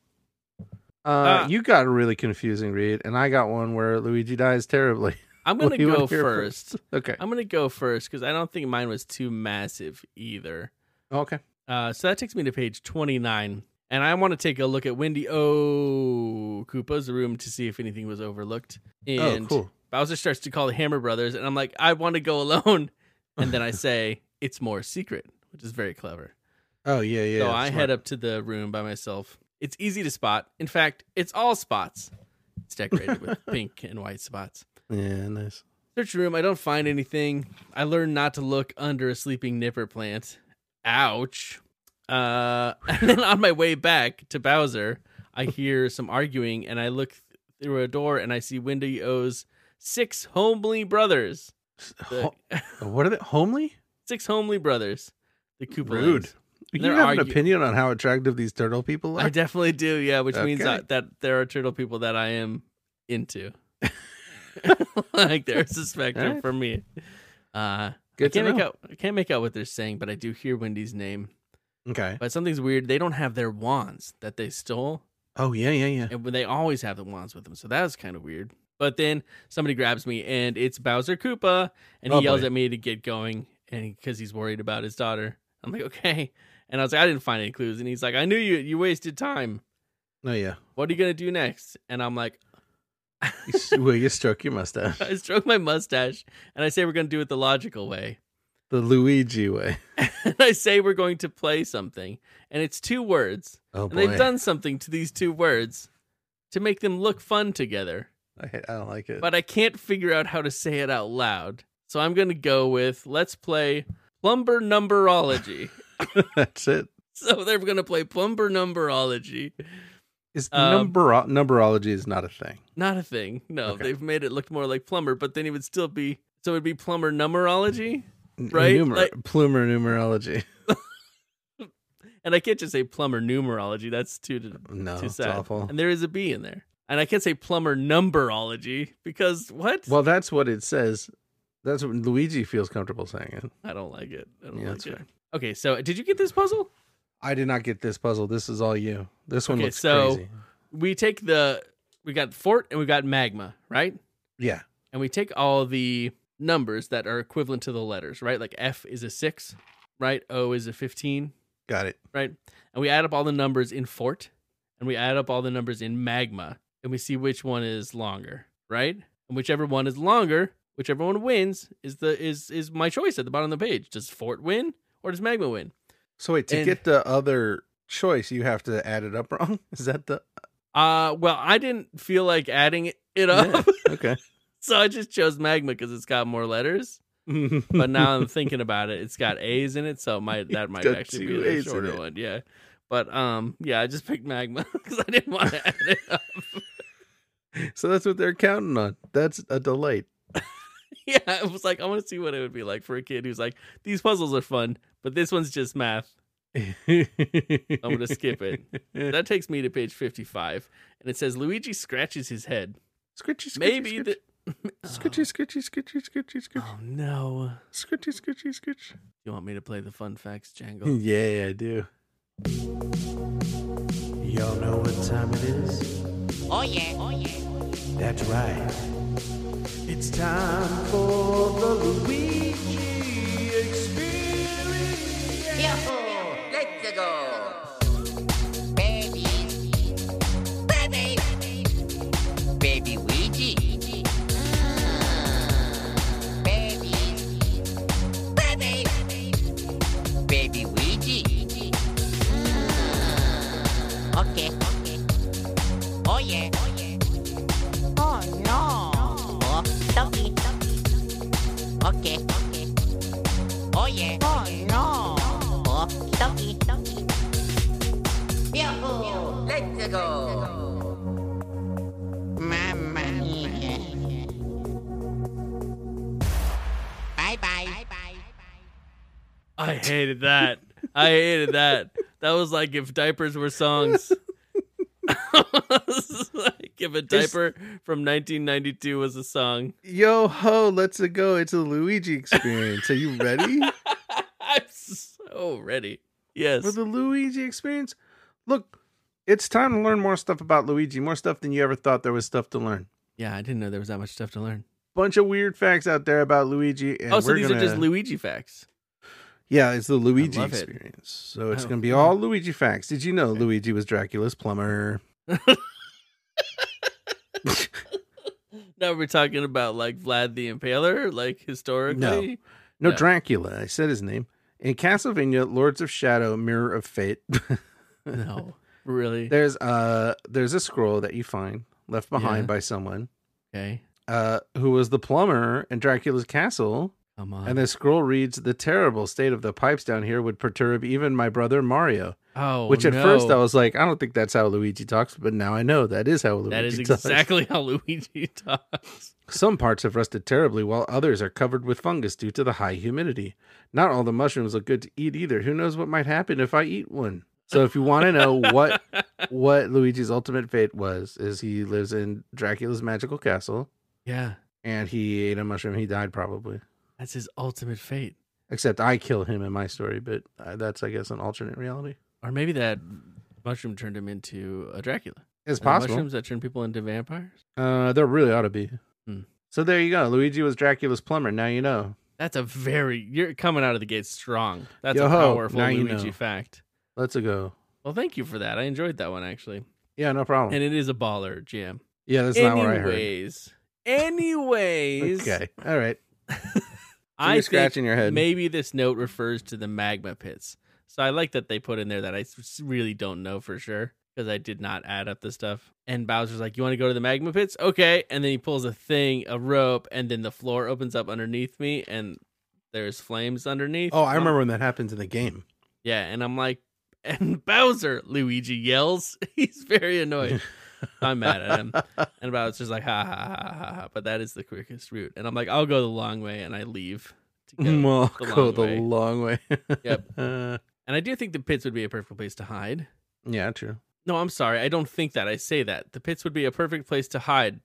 S3: Uh,
S2: Ah.
S3: you got a really confusing read, and I got one where Luigi dies terribly.
S2: I'm
S3: What
S2: gonna
S3: do you
S2: go
S3: wanna hear
S2: first.
S3: okay.
S2: I'm gonna go first because I don't think mine was too massive either.
S3: Oh, Okay.
S2: Uh, so that takes me to page 29, and I want to take a look at Wendy O. Koopa's room to see if anything was overlooked. And
S3: oh, cool.
S2: Bowser starts to call the Hammer Brothers, and I'm like, I want to go alone. And then I say, it's more secret, which is very clever.
S3: Oh yeah, yeah.
S2: so I
S3: smart.
S2: head up to the room by myself. It's easy to spot. In fact, it's all spots. It's decorated with pink and white spots.
S3: Yeah, nice.
S2: Search the room. I don't find anything. I learn not to look under a sleeping nipper plant. Ouch. Uh, and then on my way back to Bowser, I hear some arguing, and I look through a door and I see Wendy O's six homely brothers. The-
S3: Ho- what are they? Homely?
S2: six homely brothers. The Koopa.
S3: Rude.
S2: Loons.
S3: You
S2: They're
S3: have an
S2: argu-
S3: opinion on how attractive these turtle people
S2: I
S3: are?
S2: definitely do, yeah, which means
S3: Okay.
S2: that, that there are turtle people that I am into. like there's a spectrum
S3: Alright.
S2: for me. Uh
S3: Good
S2: I can't
S3: to
S2: make
S3: know.
S2: out I can't make out what they're saying, but I do hear Wendy's name.
S3: Okay.
S2: But something's weird. They don't have their wands that they stole,
S3: Oh yeah, yeah, yeah.
S2: and they always have the wands with them. So that was kind of weird. But then somebody grabs me, and it's Bowser Koopa, and he
S3: Oh,
S2: yells
S3: boy.
S2: at me to get going, and because he's worried about his daughter. I'm like, okay. And I was like, I didn't find any clues, and he's like, I knew you. You wasted time.
S3: Oh yeah.
S2: What are you gonna do next? And I'm like,
S3: You s- Will you stroke your mustache
S2: I stroke my mustache, and I say we're gonna do it the logical way.
S3: the Luigi way?
S2: and I say we're going to play something, and it's two words,
S3: Oh
S2: and
S3: boy.
S2: they've done something to these two words to make them look fun together,
S3: I, hate- I don't like it.
S2: but I can't figure out how to say it out loud. So I'm going to go with let's play plumber numberology.
S3: That's it.
S2: so they're going to play plumber numberology.
S3: Is
S2: Um,
S3: number numerology is not a thing.
S2: Not a thing. No,
S3: Okay.
S2: they've made it look more like plumber, but then it would still be so it'd be plumber numerology,
S3: N-
S2: right?
S3: Numer-
S2: Like-
S3: plumer numerology.
S2: and I can't just say plumber numerology. That's too
S3: No,
S2: too
S3: Oh, it's
S2: sad.
S3: awful.
S2: And there is a B in there. And I can't say plumber numberology because what?
S3: Well, that's what it says. That's what Luigi feels comfortable saying it.
S2: I don't like it. I don't
S3: Yeah,
S2: like
S3: that's
S2: it.
S3: fair.
S2: Okay, so did you get this puzzle?
S3: I did not get this puzzle. This is all you. This one
S2: Okay,
S3: looks
S2: so-
S3: crazy.
S2: We take the we got fort and we got magma, right?
S3: Yeah.
S2: And we take all the numbers that are equivalent to the letters, right? Like F is a 6, right? O is a 15,
S3: Got it.
S2: right? And we add up all the numbers in fort and we add up all the numbers in magma and we see which one is longer, right? And whichever one is longer, whichever one wins is the is is my choice at the bottom of the page. Does fort win or does magma win?
S3: So wait, to
S2: And-
S3: get the other choice, you have to add it up wrong. Is that the
S2: Uh well, I didn't feel like adding it up.
S3: okay?
S2: so I just chose magma cuz it's got more letters.
S3: but
S2: But now I'm thinking about it, it's got A's in it, so it might that might
S3: got
S2: actually
S3: two
S2: be the
S3: A's in
S2: shorter
S3: it.
S2: one, yeah. But um yeah, I just picked magma cuz I didn't want to add it up.
S3: so that's what they're counting on. That's a delight.
S2: yeah, I was like, I want to see what it would be like for a kid who's like, these puzzles are fun, but this one's just math.
S3: I'm
S2: gonna skip it. That takes me to page 55, and it says Luigi scratches his head.
S3: Scritchy, scritchy,
S2: Maybe the. uh.
S3: scritchy, scritchy, scritchy, scritchy,
S2: Oh,
S3: scritchy,
S2: oh, no.
S3: scritchy, scritchy, scritchy.
S2: You want me to play the fun facts jangle?
S3: Yeah, I do.
S4: Y'all know what time it is?
S5: Oh yeah, oh yeah.
S4: That's right. It's time for the Luigi Experience.
S5: Careful. Let's go. Baby. Baby. Baby Luigi. Ah. Baby. Baby. Baby Luigi. Ah. Okay. okay. Oh yeah. Oh yeah. Oh no. Oh, sorry. Okay. Okay. Oh yeah. Oh no. Oh, doggy, doggy. Dạ Yahoo! Let's go. Mama. dạ. Bye bye. Bye bye.
S2: I hated that. I hated that. That was like if diapers were songs. like if a diaper from 1992 was a song.
S3: Yo ho, let's a go. It's a Luigi experience. Are you ready
S2: I'm so ready. Yes.
S3: for the Luigi experience? Look, it's time to learn more stuff about Luigi, more stuff than you ever thought there was stuff to learn.
S2: Yeah, I didn't know there was that much stuff to learn.
S3: Bunch of weird facts out there about Luigi. And
S2: oh, so
S3: we're
S2: these
S3: gonna,
S2: are just Luigi facts.
S3: Yeah, it's the Luigi
S2: love it.
S3: experience. So it's
S2: Oh.
S3: going to be all Luigi facts. Did you know Luigi was Dracula's plumber?
S2: Now we're talking about like Vlad the Impaler, like historically.
S3: No,
S2: No.
S3: Dracula. I said his name. In Castlevania, Lords of Shadow, Mirror of Fate,
S2: No, really.
S3: there's uh there's a scroll that you find left behind
S2: Yeah.
S3: by someone
S2: Okay,
S3: uh who was the plumber in Dracula's castle.
S2: come on.
S3: And the scroll reads, "The terrible state of the pipes down here would perturb even my brother Mario."
S2: oh,
S3: Which at
S2: no.
S3: first I was like, "I don't think that's how Luigi talks," but now I know that is how Luigi
S2: That is
S3: talks.
S2: exactly how Luigi talks.
S3: Some parts have rusted terribly, while others are covered with fungus due to the high humidity. Not all the mushrooms look good to eat either. Who knows what might happen if I eat one? So, if you want to know what what Luigi's ultimate fate was, is he lives in Dracula's magical castle,
S2: Yeah,
S3: and he ate a mushroom. He died probably.
S2: that's his ultimate fate.
S3: Except I kill him in my story, but uh, that's I guess an alternate reality.
S2: Or maybe that mushroom turned him into a Dracula.
S3: It's
S2: Are there
S3: possible.
S2: Mushrooms that turn people into vampires.
S3: Uh, there really ought to be.
S2: Hmm.
S3: So there you go. Luigi was Dracula's plumber. Now you know.
S2: That's a very you're coming out of the gate strong. That's a
S3: Yo-ho,
S2: powerful
S3: now you
S2: Luigi
S3: know.
S2: fact.
S3: Let's go.
S2: Well, thank you for that. I enjoyed that one actually,
S3: Yeah, no problem.
S2: and it is a baller jam.
S3: yeah, Oh. that's not what I heard.
S2: anyways, anyways,
S3: Okay. All right. So
S2: I
S3: you're
S2: think
S3: scratching your head.
S2: maybe this note refers to the magma pits. So I like that they put in there that I s- really don't know for sure because I did not add up the stuff. And Bowser's like, "You want to go to the magma pits? Okay." And then he pulls a thing, a rope, and then the floor opens up underneath me, and there's flames underneath.
S3: Oh,
S2: And
S3: I
S2: I'm-
S3: remember when that happens in the game.
S2: Yeah, and I'm like, and Bowser, Luigi yells. He's very annoyed. I'm mad at him. And Bowser's like, ha ha ha ha ha, ha. But that is the quickest route. And I'm like, I'll go the long way, and I leave. To go.
S3: well,
S2: the
S3: go
S2: long
S3: the
S2: way.
S3: long way.
S2: Yep.
S3: Uh,
S2: And I do think the pits would be a perfect place to hide.
S3: yeah, true.
S2: No, I'm sorry. I don't think that. I say that. The pits would be a perfect place to hide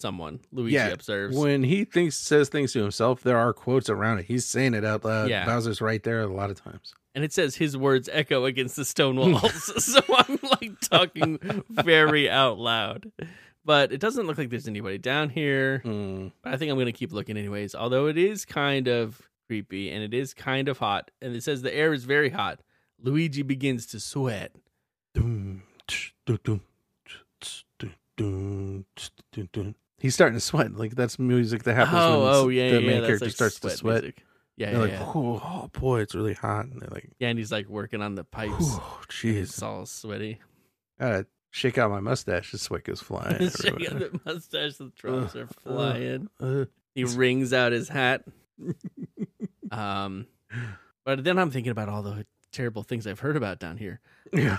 S2: someone, Luigi
S3: Yeah,
S2: observes.
S3: When he thinks says things to himself, there are quotes around it. He's saying it out loud.
S2: Yeah.
S3: Bowser's right there a lot of times.
S2: and it says his words echo against the stone walls. so I'm like talking very out loud. But it doesn't look like there's anybody down here.
S3: Hmm.
S2: But I think I'm going to keep looking anyways, although it is kind of creepy and it is kind of hot. And it says the air is very hot. Luigi begins to sweat.
S3: Dum, tsh, dum, dum, tsh, dum, dum, tsh, dum, dum. He's starting to sweat. Like that's music that happens when
S2: oh, oh,
S3: s-
S2: yeah, yeah,
S3: the main
S2: that's
S3: character
S2: like
S3: starts to sweat.
S2: music. Yeah,
S3: They're
S2: yeah,
S3: like,
S2: yeah.
S3: oh, oh, boy, it's really hot. And they're like,
S2: Yeah, and he's like working on the pipes.
S3: oh,
S2: It's
S3: jeez.
S2: all sweaty.
S3: Gotta shake out my mustache. The sweat goes flying.
S2: He's shaking
S3: everywhere.
S2: the mustache, the drums are
S3: uh.
S2: flying.
S3: Uh,
S2: He wrings out his hat. Um, but then I'm thinking about all the terrible things I've heard about down here.
S3: yeah.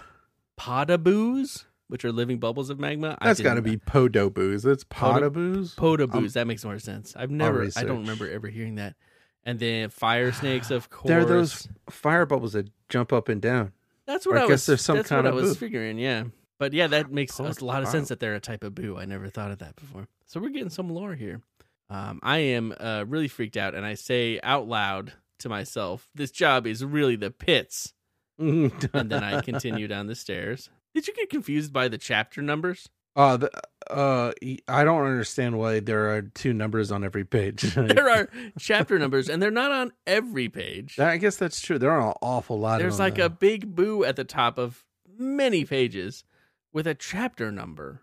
S2: Podaboos, which are living bubbles of magma. I
S3: That's
S2: didn't
S3: got to
S2: know.
S3: be um, Podo booze. That's
S2: Podo-
S3: Podo booze.
S2: Poda booze. that makes more sense. I've never, I
S3: research.
S2: don't remember ever hearing that. And then fire snakes, of course.
S3: They're those fire bubbles that jump up and down.
S2: That's what
S3: I
S2: I,
S3: guess
S2: was.
S3: there's some
S2: that's
S3: kind
S2: what
S3: of
S2: I was
S3: boo.
S2: figuring. Yeah, but yeah, that makes a
S3: Poda-
S2: lot of
S3: wow.
S2: sense that they're a type of boo. I never thought of that before. So we're getting some lore here. Um, I am uh, really freaked out, and I say out loud to myself, "This job is really the pits." And
S3: and
S2: then I continue down the stairs. Did you get confused by the chapter numbers?
S3: Uh, the, uh, y- I don't understand why there are two numbers on every page. Like,
S2: There are chapter numbers, and they're not on every page.
S3: I guess that's true. There are an awful lot.
S2: There's like a big boo at the top of many pages with a chapter number.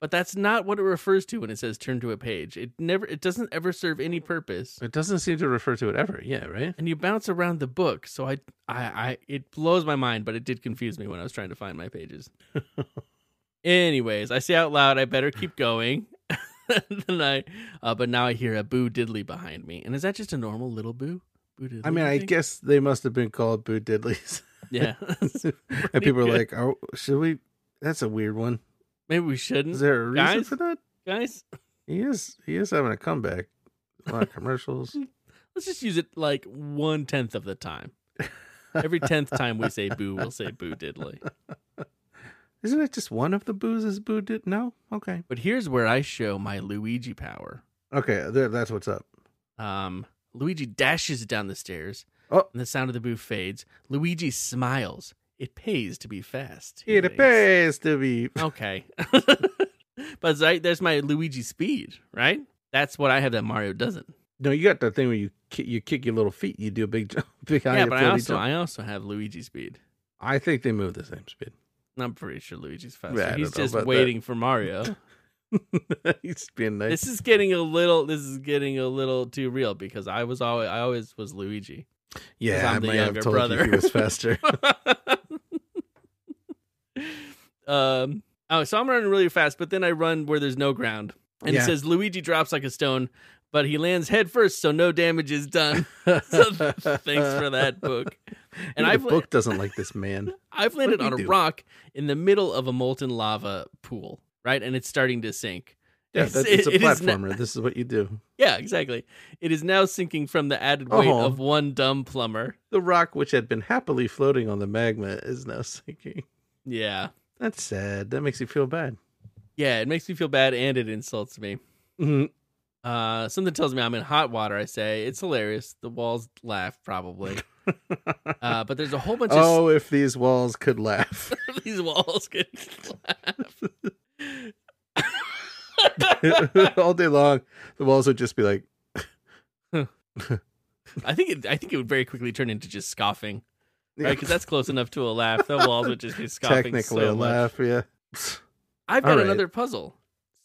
S2: But that's not what it refers to when it says turn to a page. It never it doesn't ever serve any purpose.
S3: a. It doesn't seem to refer to it ever. Yeah, right.
S2: And you bounce around the book, so I I, I it blows my mind, but it did confuse me when I was trying to find my pages. Anyways, I say out loud, I better keep going. then I, uh, but now I hear a boo diddly behind me, and is that just a normal little boo? Boo diddly.
S3: I mean,
S2: you
S3: I
S2: think?
S3: guess they must have been called Boo Diddleys,
S2: yeah.
S3: and people are
S2: good.
S3: like, "Oh, should we?" That's a weird one.
S2: Maybe we shouldn't,
S3: Is there a reason
S2: Mm, Guys?
S3: for that?
S2: guys.
S3: He is. He is having a comeback. A lot of commercials.
S2: Let's just use it like one tenth of the time. Every tenth time we say boo, we'll say boo diddly.
S3: Isn't it just one of the boos is Boo Did? No. Okay.
S2: But here's where I show my Luigi power.
S3: Okay. There, that's what's up.
S2: Um, Luigi dashes down the stairs,
S3: Oh.
S2: and the sound of the boo fades. Luigi smiles. It pays to be fast. he
S3: It
S2: thinks.
S3: pays to be.
S2: Okay. but right, there's my Luigi speed, right? That's what I have that Mario doesn't.
S3: No, you got that thing where you kick, you kick your little feet, you do a big jump. Big high
S2: yeah, but I
S3: agility
S2: also,
S3: jump.
S2: I also have Luigi speed.
S3: I think they move the same speed.
S2: And I'm pretty sure Luigi's faster.
S3: Yeah, I
S2: He's
S3: don't know
S2: just
S3: about that.
S2: waiting for Mario.
S3: He's being nice.
S2: this is getting a little. This is getting a little too real because I was always. I always was Luigi.
S3: yeah,
S2: I'm
S3: I
S2: the
S3: might have
S2: younger
S3: told
S2: brother.
S3: you he was faster.
S2: um. Oh, so I'm running really fast, but then I run where there's no ground, and it
S3: Yeah.
S2: says Luigi drops like a stone, but he lands head first, so no damage is done. so thanks for that book. And
S3: the
S2: I've
S3: book doesn't like this man.
S2: I've landed
S3: do
S2: on a
S3: we do?
S2: rock in the middle of a molten lava pool, right? And it's starting to sink.
S3: Yeah,
S2: It's-
S3: that's, it's a
S2: it- it is not-
S3: platformer. this is what you do.
S2: Yeah, exactly. It is now sinking from the added weight
S3: Oh.
S2: of one dumb plumber.
S3: The rock, which had been happily floating on the magma, is now sinking.
S2: Yeah.
S3: That's sad. That makes you feel bad.
S2: Yeah, it makes me feel bad and it insults me.
S3: Mhm.
S2: Uh, something tells me I'm in hot water. I say it's hilarious. The walls laugh probably, uh, but there's a whole bunch of
S3: oh, if these walls could laugh.
S2: these walls could laugh.
S3: All day long, the walls would just be like,
S2: I think it, I think it would very quickly turn into just scoffing, right?
S3: yeah,
S2: Because that's close enough to a laugh. The walls would just be scoffing.
S3: technically
S2: so
S3: a
S2: much.
S3: laugh. Yeah.
S2: I've got
S3: All right.
S2: another puzzle.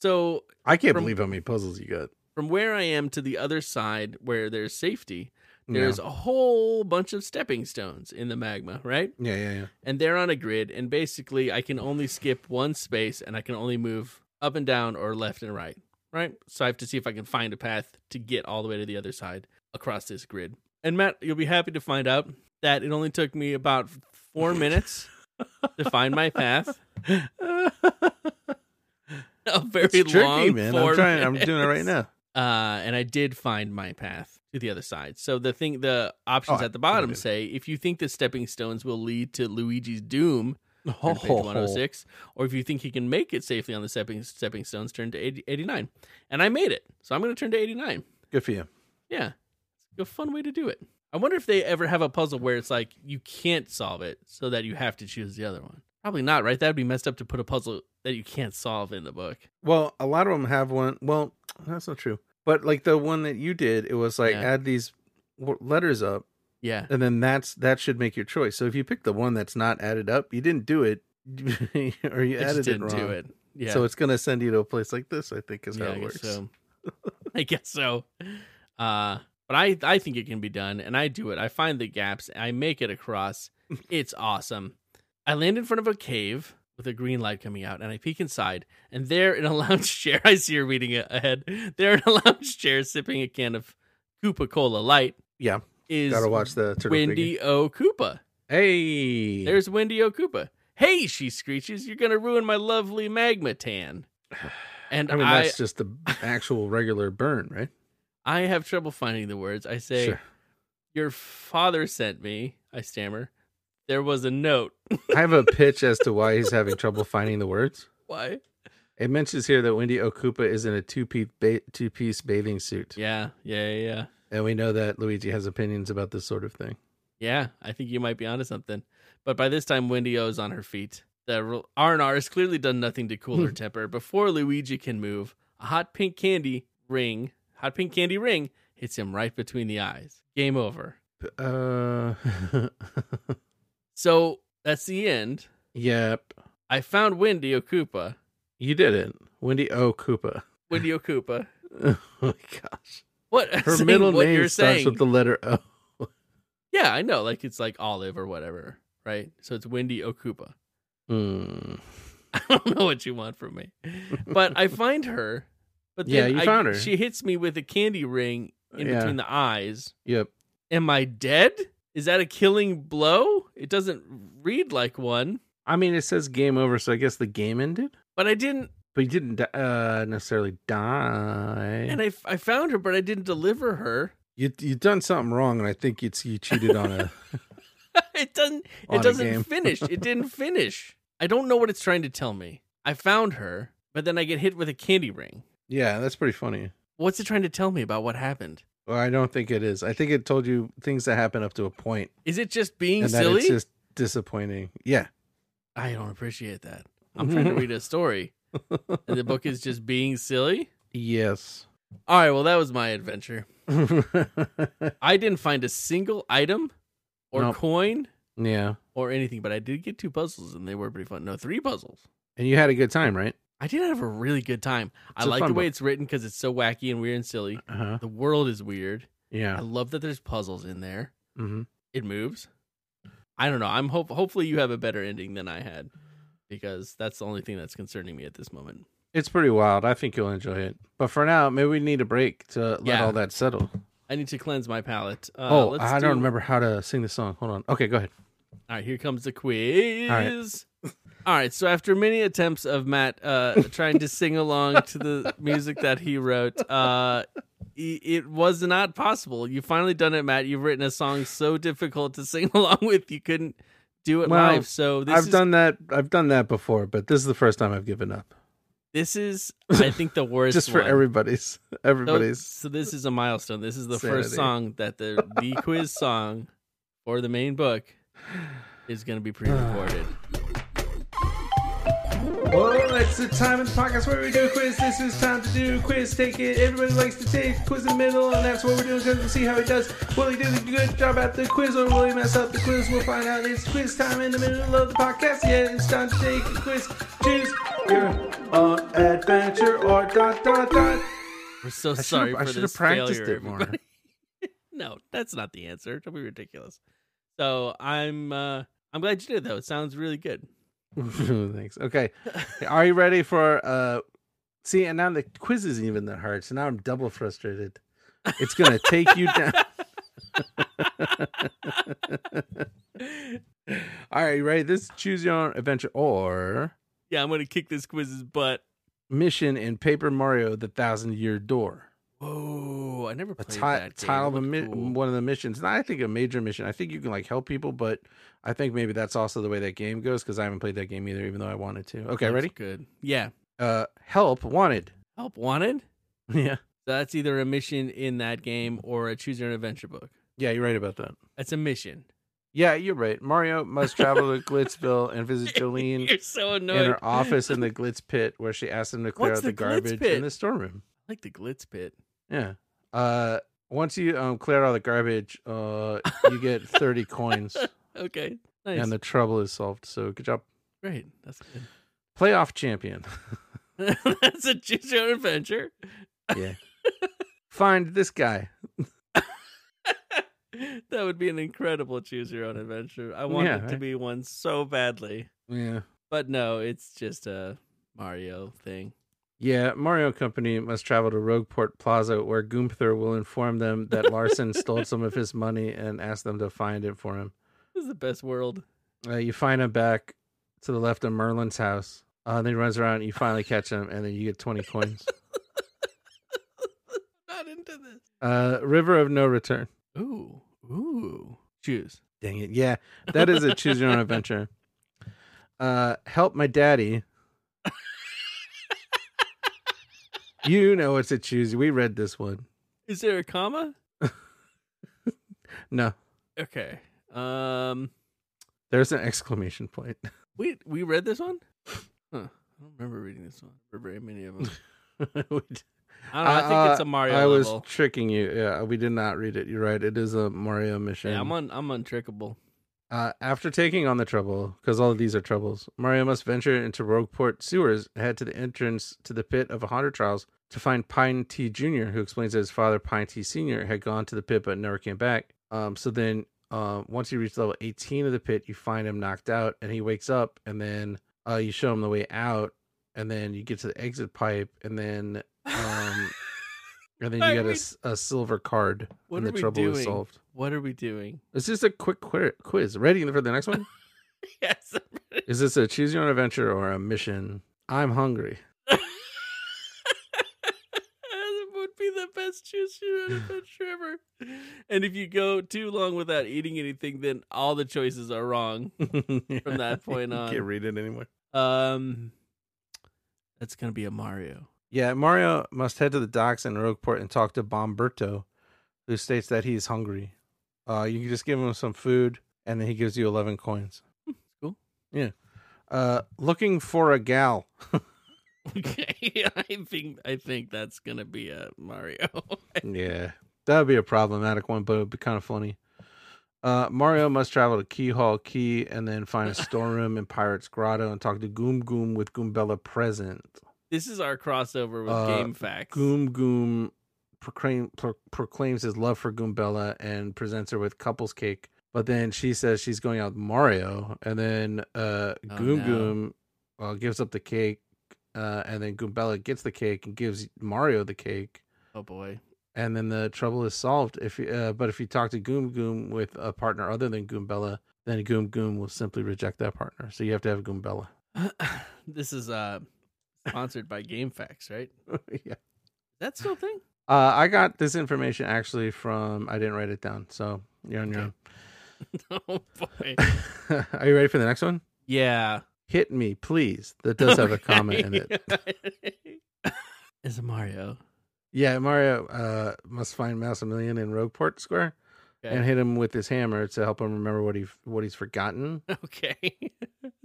S2: So
S3: I can't
S2: From-
S3: believe how many puzzles you got.
S2: from where I am to the other side, where there's safety,
S3: Yeah.
S2: there's a whole bunch of stepping stones in the magma, right?
S3: yeah, yeah, yeah.
S2: and they're on a grid and basically i can only skip one space and i can only move up and down or left and right right so i have to see if i can find a path to get all the way to the other side across this grid and matt you'll be happy to find out that it only took me about four minutes to find my path a very
S3: it's tricky,
S2: long
S3: man.
S2: four
S3: I'm trying. I'm doing it right
S2: minutes.
S3: now.
S2: uh, and I did find my path to the other side. So the thing, the options
S3: Oh, I-
S2: at the bottom
S3: I did.
S2: say, if you think the stepping stones will lead to Luigi's doom, turn to page
S3: Oh,
S2: 106, or if you think he can make it safely on the stepping stepping stones, turn to 80, 89. And I made it, so I'm going to turn to 89.
S3: Good for you.
S2: Yeah, it's a fun way to do it. I wonder if they ever have a puzzle where it's like you can't solve it, so that you have to choose the other one. Probably not, right? That'd be messed up to put a puzzle that you can't solve in the book.
S3: Well, a lot of them have one. Well, that's not true. But like the one that you did, it was like
S2: Yeah.
S3: add these w- letters up,
S2: Yeah,
S3: and then that's that should make your choice. So if you pick the one that's not added up, you didn't do it, or you
S2: I just
S3: added it
S2: didn't
S3: wrong.
S2: do it. Yeah.
S3: So it's gonna send you to a place like this. I think is how
S2: Yeah,
S3: it works.
S2: I guess so. I guess so. Uh, but I I think it can be done, and I do it. I find the gaps, I make it across. It's awesome. I land in front of a cave with a green light coming out, and I peek inside, and there in a lounge chair, I see her reading a- ahead. There in a lounge chair, sipping a can of Koopa Cola Light.
S3: Yeah.
S2: is
S3: Gotta watch the turtle. Wendy.
S2: Wendy O. Koopa.
S3: Hey,
S2: There's Wendy O. Koopa. Hey, she screeches, you're gonna ruin my lovely magma tan. And
S3: I mean,
S2: I,
S3: that's just the actual regular burn, right?
S2: I have trouble finding the words. I say,
S3: Sure.
S2: Your father sent me, I stammer. There was a note.
S3: I have a pitch as to why he's having trouble finding the words.
S2: Why?
S3: It mentions here that Wendy Okupa is in a two-piece ba- two-piece bathing suit,
S2: Yeah, yeah, yeah, yeah.
S3: and we know that Luigi has opinions about this sort of thing.
S2: Yeah, I think you might be onto something. But by this time, Wendy O is on her feet. The R and R has clearly done nothing to cool
S3: Hmm.
S2: her temper. Before Luigi can move, a hot pink candy ring, hot pink candy ring, hits him right between the eyes. Game over.
S3: Uh,
S2: So that's the end.
S3: yep,
S2: I found Wendy Okupa.
S3: you did it, Wendy Okupa.
S2: Wendy Okupa.
S3: Oh my gosh,
S2: What?
S3: her
S2: saying
S3: middle
S2: what
S3: name
S2: you're
S3: starts
S2: saying.
S3: with the letter O.
S2: Yeah, I know. Like it's like Olive or whatever, right? So it's Wendy Okupa.
S3: Hmm.
S2: I don't know what you want from me, but I find her. But
S3: Yeah,
S2: then
S3: you
S2: I-
S3: found her.
S2: She hits me with a candy ring in
S3: Yeah.
S2: between the eyes.
S3: Yep.
S2: Am I dead? Is that a killing blow? It doesn't read like one,
S3: I mean, it says game over, so I guess the game ended.
S2: but I didn't.
S3: But you didn't di- uh, necessarily die.
S2: And I, I found her, but I didn't deliver her.
S3: you you've done something wrong, and I think it's you cheated on a.
S2: it doesn't.
S3: On
S2: It
S3: a
S2: doesn't
S3: game.
S2: finish. It didn't finish. I don't know what it's trying to tell me. I found her, but then I get hit with a candy ring.
S3: yeah, that's pretty funny.
S2: What's it trying to tell me about what happened?
S3: Well, I don't think it is. I think it told you things that happen up to a point,
S2: Is it just being
S3: and that
S2: silly?
S3: it's just disappointing. Yeah.
S2: I don't appreciate that. I'm trying to read a story, and the book is just being silly.
S3: Yes.
S2: All right, well, that was my adventure. I didn't find a single item or
S3: Nope.
S2: coin
S3: yeah.
S2: or anything, but I did get two puzzles, and they were pretty fun. No, three puzzles.
S3: And you had a good time, right?
S2: I did have a really good time. I
S3: It's a
S2: like the
S3: fun
S2: way
S3: book.
S2: it's written because it's so wacky and weird and silly.
S3: Uh huh.
S2: The world is weird. I
S3: Yeah.
S2: love that there's puzzles in there.
S3: hmm
S2: It moves. I don't know. I'm hope hopefully you have a better ending than I had because that's the only thing that's concerning me at this moment.
S3: It's pretty wild. I think you'll enjoy it. But for now, maybe we need a break to let
S2: Yeah.
S3: all that settle.
S2: I need to cleanse my palate. Uh,
S3: oh,
S2: let's
S3: I
S2: do-
S3: don't remember how to sing the song. Hold on. Okay, go ahead.
S2: All right, here comes the quiz. All
S3: right.
S2: right. so after many attempts of Matt uh, trying to sing along to the music that he wrote, uh, i- it was not possible. You finally done it, Matt. You've written a song so difficult to sing along with, you couldn't do it
S3: Well,
S2: live. So this
S3: I've
S2: is
S3: done that. I've done that before, but this is the first time I've given up.
S2: this is I think the worst.
S3: Just for
S2: one.
S3: everybody's
S2: So-
S3: everybody's.
S2: So, this is a milestone. This is the first
S3: Sanity.
S2: song that the the quiz song or the main book is going to be pre-recorded.
S3: Well, it's the time in the podcast where we do a quiz. This is time to do a quiz. Take it. Everybody likes to take quiz in the middle, and that's what we're doing because we'll see how he does. Will he do a good job at the quiz, or will he mess up the quiz? We'll find out. It's quiz time in the middle of the podcast. Yeah, it's time to take a quiz. Choose your own adventure or dot dot dot.
S2: We're so sorry
S3: I
S2: for
S3: should have
S2: this
S3: practiced
S2: failure.
S3: it more.
S2: everybody. no, that's not the answer. Don't be ridiculous. So I'm uh I'm glad you did though. It sounds really good.
S3: Thanks. Okay, are you ready for? uh See, and now the quiz isn't even that hard, so now I'm double frustrated. It's gonna take you down. All right, right. This is choose your own adventure or
S2: Yeah, I'm gonna kick this quiz's butt.
S3: mission in Paper Mario: The Thousand Year Door.
S2: Whoa, I never
S3: A
S2: played
S3: ti-
S2: that. game.
S3: title of a
S2: That
S3: mi- mm,
S2: looked cool.
S3: one of the missions, and I think a major mission. I think you can like help people, but I think maybe that's also the way that game goes because I haven't played that game either, even though I wanted to. Okay,
S2: Looks
S3: ready?
S2: Good. Yeah.
S3: Uh, help wanted.
S2: Help wanted.
S3: Yeah,
S2: That's either a mission in that game or a choose your own adventure book.
S3: yeah, you're right about that.
S2: That's a mission.
S3: Yeah, you're right. Mario must travel to Glitzville and visit Jolene
S2: You're so
S3: in
S2: annoying.
S3: her office in the Glitz Pit, where she asks him to clear
S2: What's
S3: out the,
S2: the Glitz
S3: garbage
S2: Pit?
S3: in the storeroom.
S2: I like the glitz pit.
S3: Yeah. Uh, once you um, clear all the garbage, uh, you get 30 coins,
S2: Okay. Nice.
S3: and the trouble is solved. So good job.
S2: Great. That's good.
S3: Playoff champion.
S2: That's a choose your own adventure.
S3: Yeah. Find this guy.
S2: that would be an incredible choose your own adventure. I want
S3: Yeah,
S2: it to
S3: right?
S2: be one so badly.
S3: Yeah.
S2: But no, it's just a Mario thing.
S3: Yeah, Mario Company must travel to Rogueport Plaza, where Goompther will inform them that Larson stole some of his money and ask them to find it for him.
S2: This is the best world.
S3: Uh, you find him back to the left of Merlin's house. Uh, then he runs around. You finally catch him, and then you get twenty coins.
S2: Not into this.
S3: Uh, River of No Return.
S2: Ooh. Ooh. Choose.
S3: Dang it! Yeah, that is a choose your own adventure. Uh, help my daddy. you know it's a choose. We read this one.
S2: Is there a comma?
S3: No,
S2: Okay. Um
S3: there's an exclamation point.
S2: we we read this one? Huh. I don't remember reading this one. Or very many of them.
S3: We d-
S2: I don't know. I think it's
S3: Uh,
S2: a Mario
S3: I was
S2: level.
S3: tricking you. Yeah, we did not read it. You're right. It is a Mario mission.
S2: Yeah, I'm un, I'm untrickable.
S3: Uh, after taking on the trouble, because all of these are troubles, Mario must venture into Rogueport sewers, head to the entrance to the pit of a haunted trials to find Pine T Jr., who explains that his father, Pine T Sr., had gone to the pit but never came back. Um, so then, um, once you reach level 18 of the pit, you find him knocked out and he wakes up, and then uh, you show him the way out, and then you get to the exit pipe, and then. Um, And then
S2: Are
S3: you get a
S2: we-
S3: s- a, silver card,
S2: What
S3: and
S2: are
S3: the
S2: we
S3: trouble
S2: doing?
S3: is solved.
S2: What are we doing?
S3: It's just a quick quir- quiz. Ready for the next one?
S2: Yes.
S3: Is this a choose your own adventure or a mission? I'm hungry.
S2: It would be the best choose your own adventure ever. And if you go too long without eating anything, then all the choices are wrong.
S3: From
S2: that point on.
S3: can't read it anymore.
S2: Um, that's gonna be a Mario.
S3: Yeah, Mario must head to the docks in Rogueport and talk to Bomberto, who states that he's hungry. Uh, you can just give him some food, and then he gives you eleven coins.
S2: Hmm,
S3: Uh, looking for a gal.
S2: Okay, I think I think that's gonna be a Mario.
S3: Yeah, that would be a problematic one, but it would be kind of funny. Uh, Mario must travel to Keyhole Key and then find a storeroom in Pirate's Grotto and talk to Goom Goom with Goombella present.
S2: this is our crossover with
S3: Uh,
S2: Game Facts.
S3: Goom Goom proclaim, pro- proclaims his love for Goombella and presents her with couples cake. But then she says she's going out with Mario, and then uh,
S2: Oh,
S3: Goom
S2: no.
S3: Goom uh, gives up the cake, uh, and then Goombella gets the cake and gives Mario the cake.
S2: Oh boy.
S3: and then the trouble is solved. If you- uh, but if you talk to Goom Goom with a partner other than Goombella, then Goom Goom will simply reject that partner. So you have to have Goombella.
S2: this is uh sponsored by Game Facts, right?
S3: yeah.
S2: That still a thing?
S3: Uh, I got this information actually from I didn't write it down, so you're on your own.
S2: Oh boy.
S3: Are you ready for the next one?
S2: Yeah.
S3: Hit me, please. That does have a comment in it.
S2: it. Is a Mario.
S3: Yeah, Mario uh, must find Massimilian in Rogueport Square
S2: Okay.
S3: and hit him with his hammer to help him remember what he what he's forgotten.
S2: Okay.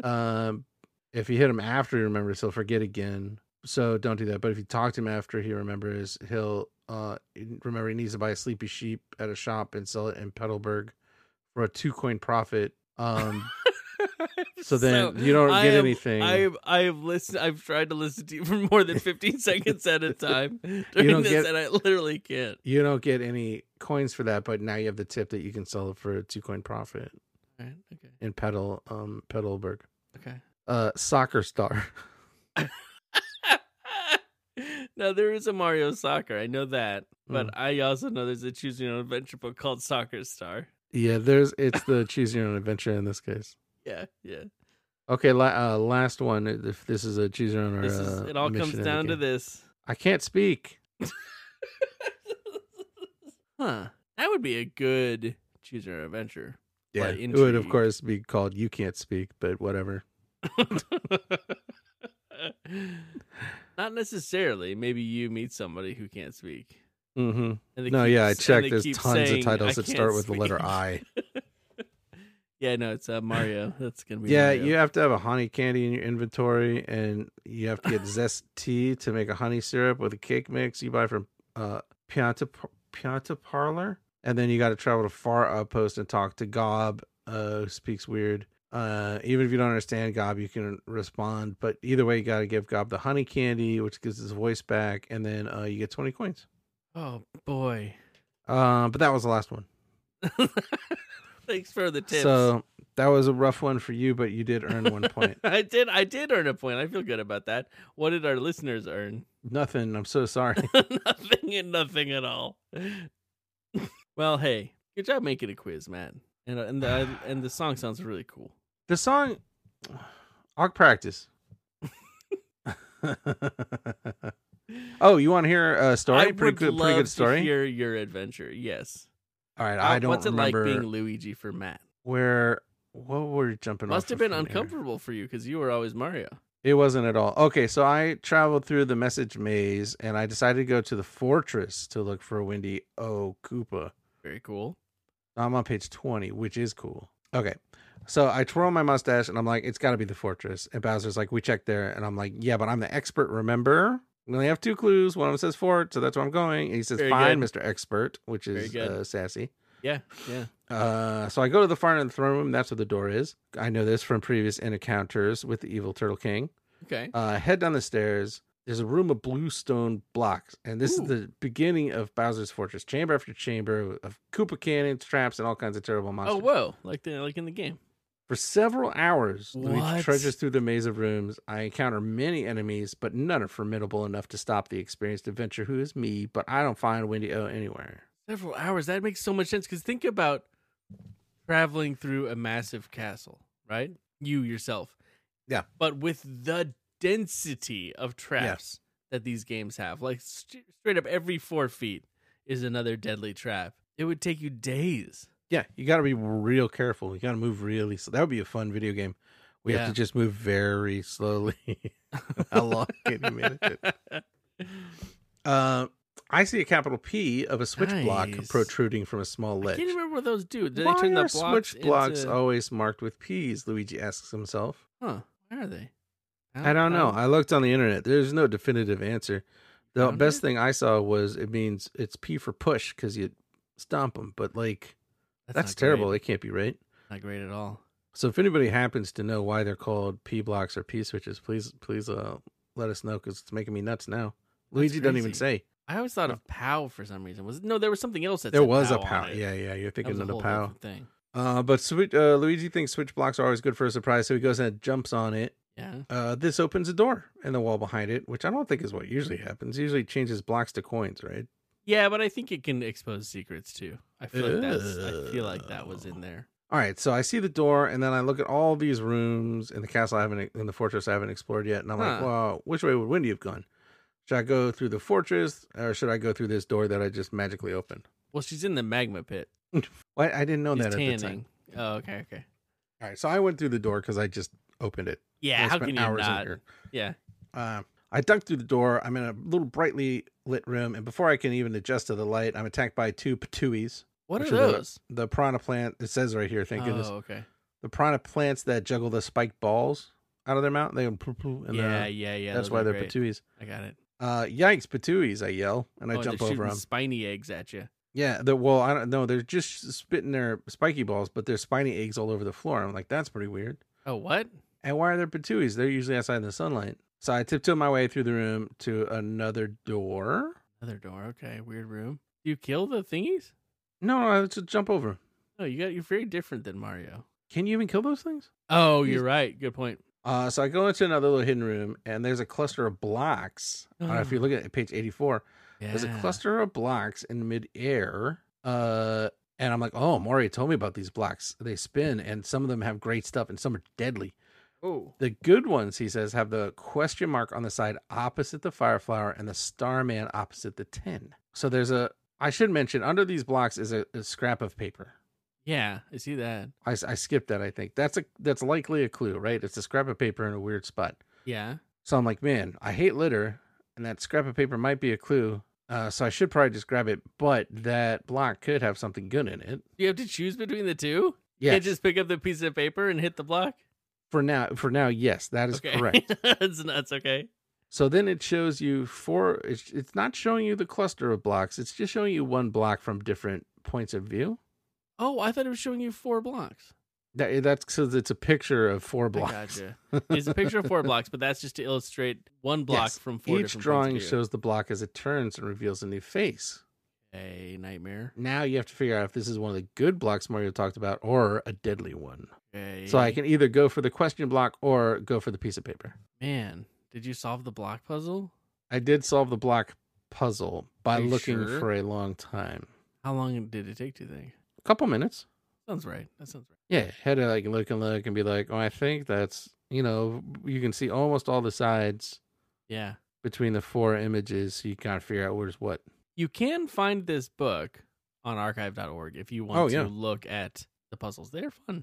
S3: Um, if you hit him after he remembers, he'll forget again. So don't do that. But if you talk to him after he remembers, he'll uh remember he needs to buy a sleepy sheep at a shop and sell it in Petalburg for a two coin profit. Um, so then you don't
S2: I
S3: get
S2: am-
S3: anything.
S2: I have I have listened I've tried to listen to you for more than fifteen seconds at a time during
S3: don't
S2: this
S3: get-
S2: and I literally can't.
S3: you don't get any coins for that, but now you have the tip that you can sell it for a two coin profit
S2: All right, okay.
S3: in Petal um Petalburg.
S2: Okay.
S3: Uh, soccer star.
S2: now there is a Mario Soccer, I know that, but
S3: Mm.
S2: I also know there's a Choose Your Own Adventure book called Soccer Star.
S3: yeah, there's it's the choose your own adventure in this case.
S2: Yeah, yeah.
S3: Okay, la- uh, last one. If this is a choose your own, or,
S2: This is,
S3: uh,
S2: it all
S3: mission
S2: comes
S3: in the
S2: down to
S3: game.
S2: this,
S3: I can't speak.
S2: huh? That would be a good Choose Your Own Adventure. Yeah.
S3: it would of course be called "You Can't Speak," but whatever.
S2: Not necessarily. Maybe you meet somebody who can't speak.
S3: hmm
S2: And Mm-hmm. they
S3: No,
S2: keep-
S3: yeah, I
S2: and they
S3: checked. There's
S2: keep
S3: tons
S2: saying,
S3: of titles
S2: "I
S3: that start
S2: can't
S3: with the letter
S2: speak."
S3: I.
S2: Yeah, no, it's uh, Mario. That's gonna be
S3: Yeah,
S2: Mario.
S3: you have to have a honey candy in your inventory, and you have to get zest tea to make a honey syrup with a cake mix you buy from uh, Pianta Pianta Parlor, and then you got to travel to Far Outpost and talk to Gob, uh, who speaks weird. Uh, even if you don't understand Gob, you can respond. But either way, you got to give Gob the honey candy, which gives his voice back, and then uh, you get twenty coins.
S2: Oh boy.
S3: Um, but that was the last one.
S2: Thanks for the tips.
S3: So that was a rough one for you, but you did earn one point.
S2: I did. I did earn a point. I feel good about that. What did our listeners earn?
S3: Nothing. I'm so sorry.
S2: nothing and nothing at all. well, hey, good job making a quiz, Matt. And uh, and the and the song sounds really cool.
S3: The song, I'll practice. oh, you want to hear a story?
S2: I
S3: pretty
S2: would
S3: good.
S2: love
S3: Pretty good story.
S2: To hear your adventure. Yes.
S3: All right.
S2: How-
S3: I don't
S2: What's it
S3: remember
S2: like being Luigi for Matt?
S3: where. What were we jumping?
S2: Must
S3: off
S2: have
S3: of
S2: been
S3: from here?
S2: uncomfortable for you because you were always Mario.
S3: It wasn't at all. Okay, so I traveled through the message maze, and I decided to go to the fortress to look for Windy O Koopa.
S2: Very cool.
S3: I'm on page 20, which is cool. Okay. So I twirl my mustache and I'm like, it's got to be the fortress. And Bowser's like, we checked there. And I'm like, yeah, but I'm the expert, remember? We only have two clues. One of them says fort, so that's where I'm going. And he says,
S2: Very
S3: fine,
S2: good.
S3: Mr. Expert, which
S2: Very
S3: is
S2: good.
S3: uh, sassy.
S2: Yeah. Yeah.
S3: Uh, so I go to the far end of the throne room. That's where the door is. I know this from previous encounters with the evil Turtle King.
S2: Okay.
S3: Uh, head down the stairs. There's a room of blue stone blocks, and this
S2: Ooh.
S3: is the beginning of Bowser's fortress. Chamber after chamber of Koopa cannons, traps, and all kinds of terrible monsters.
S2: Oh whoa! Like the like in the game.
S3: For several hours, Luigi
S2: What?
S3: trudges through the maze of rooms. I encounter many enemies, but none are formidable enough to stop the experienced adventurer who is me. But I don't find Wendy O anywhere.
S2: Several hours. That makes so much sense because think about traveling through a massive castle, right? You yourself.
S3: Yeah.
S2: But with the density of traps that these games have, like st- straight up every four feet is another deadly trap. It would take you days.
S3: Yeah, you got to be real careful. You got to move really slow. That would be a fun video game. We have
S2: Yeah.
S3: to just move very slowly. How long can you manage it? Uh, I see a capital P of a switch block
S2: Nice.
S3: protruding from a small ledge.
S2: Can't remember what those do. Did
S3: Why
S2: they turn the
S3: are
S2: blocks
S3: switch blocks
S2: into...
S3: always marked with P's? Luigi asks himself.
S2: Huh? Where are they?
S3: I don't know.
S2: Pound-
S3: I looked on the internet. There's no definitive answer. The
S2: Found
S3: best
S2: it?
S3: thing I saw was it means it's P for push because you stomp them. But like that's,
S2: not great.
S3: terrible. It can't be right.
S2: Not great at all.
S3: So if anybody happens to know why they're called P blocks or P switches, please please uh let us know because it's making me nuts now.
S2: That's
S3: Luigi doesn't even
S2: crazy.
S3: say
S2: I always thought of POW for some reason. Was no, there was something else that
S3: there
S2: said
S3: was a
S2: on
S3: pow.
S2: it.
S3: Yeah, yeah, you're
S2: that was
S3: thinking
S2: a
S3: of the
S2: whole
S3: pow.
S2: different thing.
S3: Uh, but Swi- uh, Luigi thinks switch blocks are always good for a surprise, so he goes and jumps on it.
S2: Yeah,
S3: Uh, this opens a door in the wall behind it, which I don't think is what usually happens. Usually changes blocks to coins, right?
S2: yeah, but I think it can expose secrets too. I feel like that's. I feel like that was
S3: Ew.
S2: in there.
S3: All right, so I see the door, and then I look at all these rooms in the castle I haven't in the fortress I haven't explored yet, and I'm like,
S2: Huh.
S3: well, which way would Wendy have gone? Should I go through the fortress, or should I go through this door that I just magically opened?
S2: Well, she's in the magma pit.
S3: Why I didn't know
S2: She's
S3: that at the time.
S2: tanning. Oh, okay, okay.
S3: All right, so I went through the door because I just opened it.
S2: Yeah,
S3: I
S2: how
S3: spent
S2: can you
S3: hours in
S2: not?
S3: here.
S2: Yeah,
S3: Uh, I duck through the door. I'm in a little brightly lit room, and before I can even adjust to the light, I'm attacked by two patuis.
S2: what are
S3: Which are
S2: those?
S3: The prana plant. It says right here. Thank
S2: oh,
S3: goodness.
S2: okay.
S3: The prana plants that juggle the spiked balls out of their mouth. They go poo poo, and
S2: yeah,
S3: yeah,
S2: yeah, yeah.
S3: that's
S2: those
S3: why
S2: are
S3: they're
S2: great.
S3: patuis.
S2: I got it.
S3: Uh, yikes, patuis! I yell and I
S2: oh,
S3: jump
S2: they're
S3: over
S2: shooting
S3: them.
S2: Spiny eggs at you.
S3: Yeah, the, well, I don't know. They're just spitting their spiky balls, but their spiny eggs all over the floor. I'm like, that's pretty weird.
S2: Oh, what?
S3: And why are there patuis? They're usually outside in the sunlight. So I tiptoe my way through the room to another door.
S2: Another door. Okay, weird room. You kill the thingies?
S3: No, no, I was just jump over.
S2: No, you got. You're very different than Mario.
S3: Can you even kill those things?
S2: Oh,
S3: He's-
S2: you're right. Good point.
S3: Uh, so I go into another little hidden room, and there's a cluster of blocks. I don't know if you
S2: Oh.
S3: look at page 84.
S2: Yeah.
S3: There's a cluster of blocks in midair. Uh, and I'm like, oh, Maury told me about these blocks. They spin, and some of them have great stuff, and some are deadly.
S2: Oh.
S3: The good ones, he says, have the question mark on the side opposite the fireflower and the starman opposite the 10. So there's a, I should mention, under these blocks is a, a scrap of paper.
S2: Yeah, I see that.
S3: I, s- I skipped that. I think that's a that's likely a clue, right? It's a scrap of paper in a weird spot.
S2: Yeah.
S3: So I'm like, man, I hate litter, and that scrap of paper might be a clue. Uh, so I should probably just grab it, but that block could have something good in it.
S2: You have to choose between the two? You
S3: Yeah,
S2: Can't just pick up the piece of paper and hit the block?
S3: for now, for now, yes, that is
S2: Okay.
S3: correct.
S2: that's nuts, okay.
S3: So then it shows you four. It's, it's not showing you the cluster of blocks. It's just showing you one block from different points of view.
S2: Oh, I thought it was showing you four blocks.
S3: That eh, that's because it's a picture of four blocks.
S2: I gotcha. It's a picture of four blocks, but that's just to illustrate one block
S3: Yes.
S2: from four
S3: Each
S2: different
S3: drawing
S2: points of view.
S3: shows the block as it turns and reveals a new face.
S2: a nightmare.
S3: now you have to figure out if this is one of the good blocks Mario talked about or a deadly one.
S2: A
S3: So I can either go for the question block or go for the piece of paper.
S2: Man, did you solve the block puzzle?
S3: I did solve the block puzzle by
S2: Are you
S3: looking
S2: sure?
S3: for a long time.
S2: How long did it take, do you think?
S3: A couple minutes.
S2: Sounds right. That sounds right.
S3: Yeah. Had to like look and look and be like, oh, I think that's, you know, you can see almost all the sides
S2: Yeah.
S3: between the four images. So you kind of figure out where's what.
S2: You can find this book on archive.org if you want
S3: Oh, yeah.
S2: to look at the puzzles. They're fun.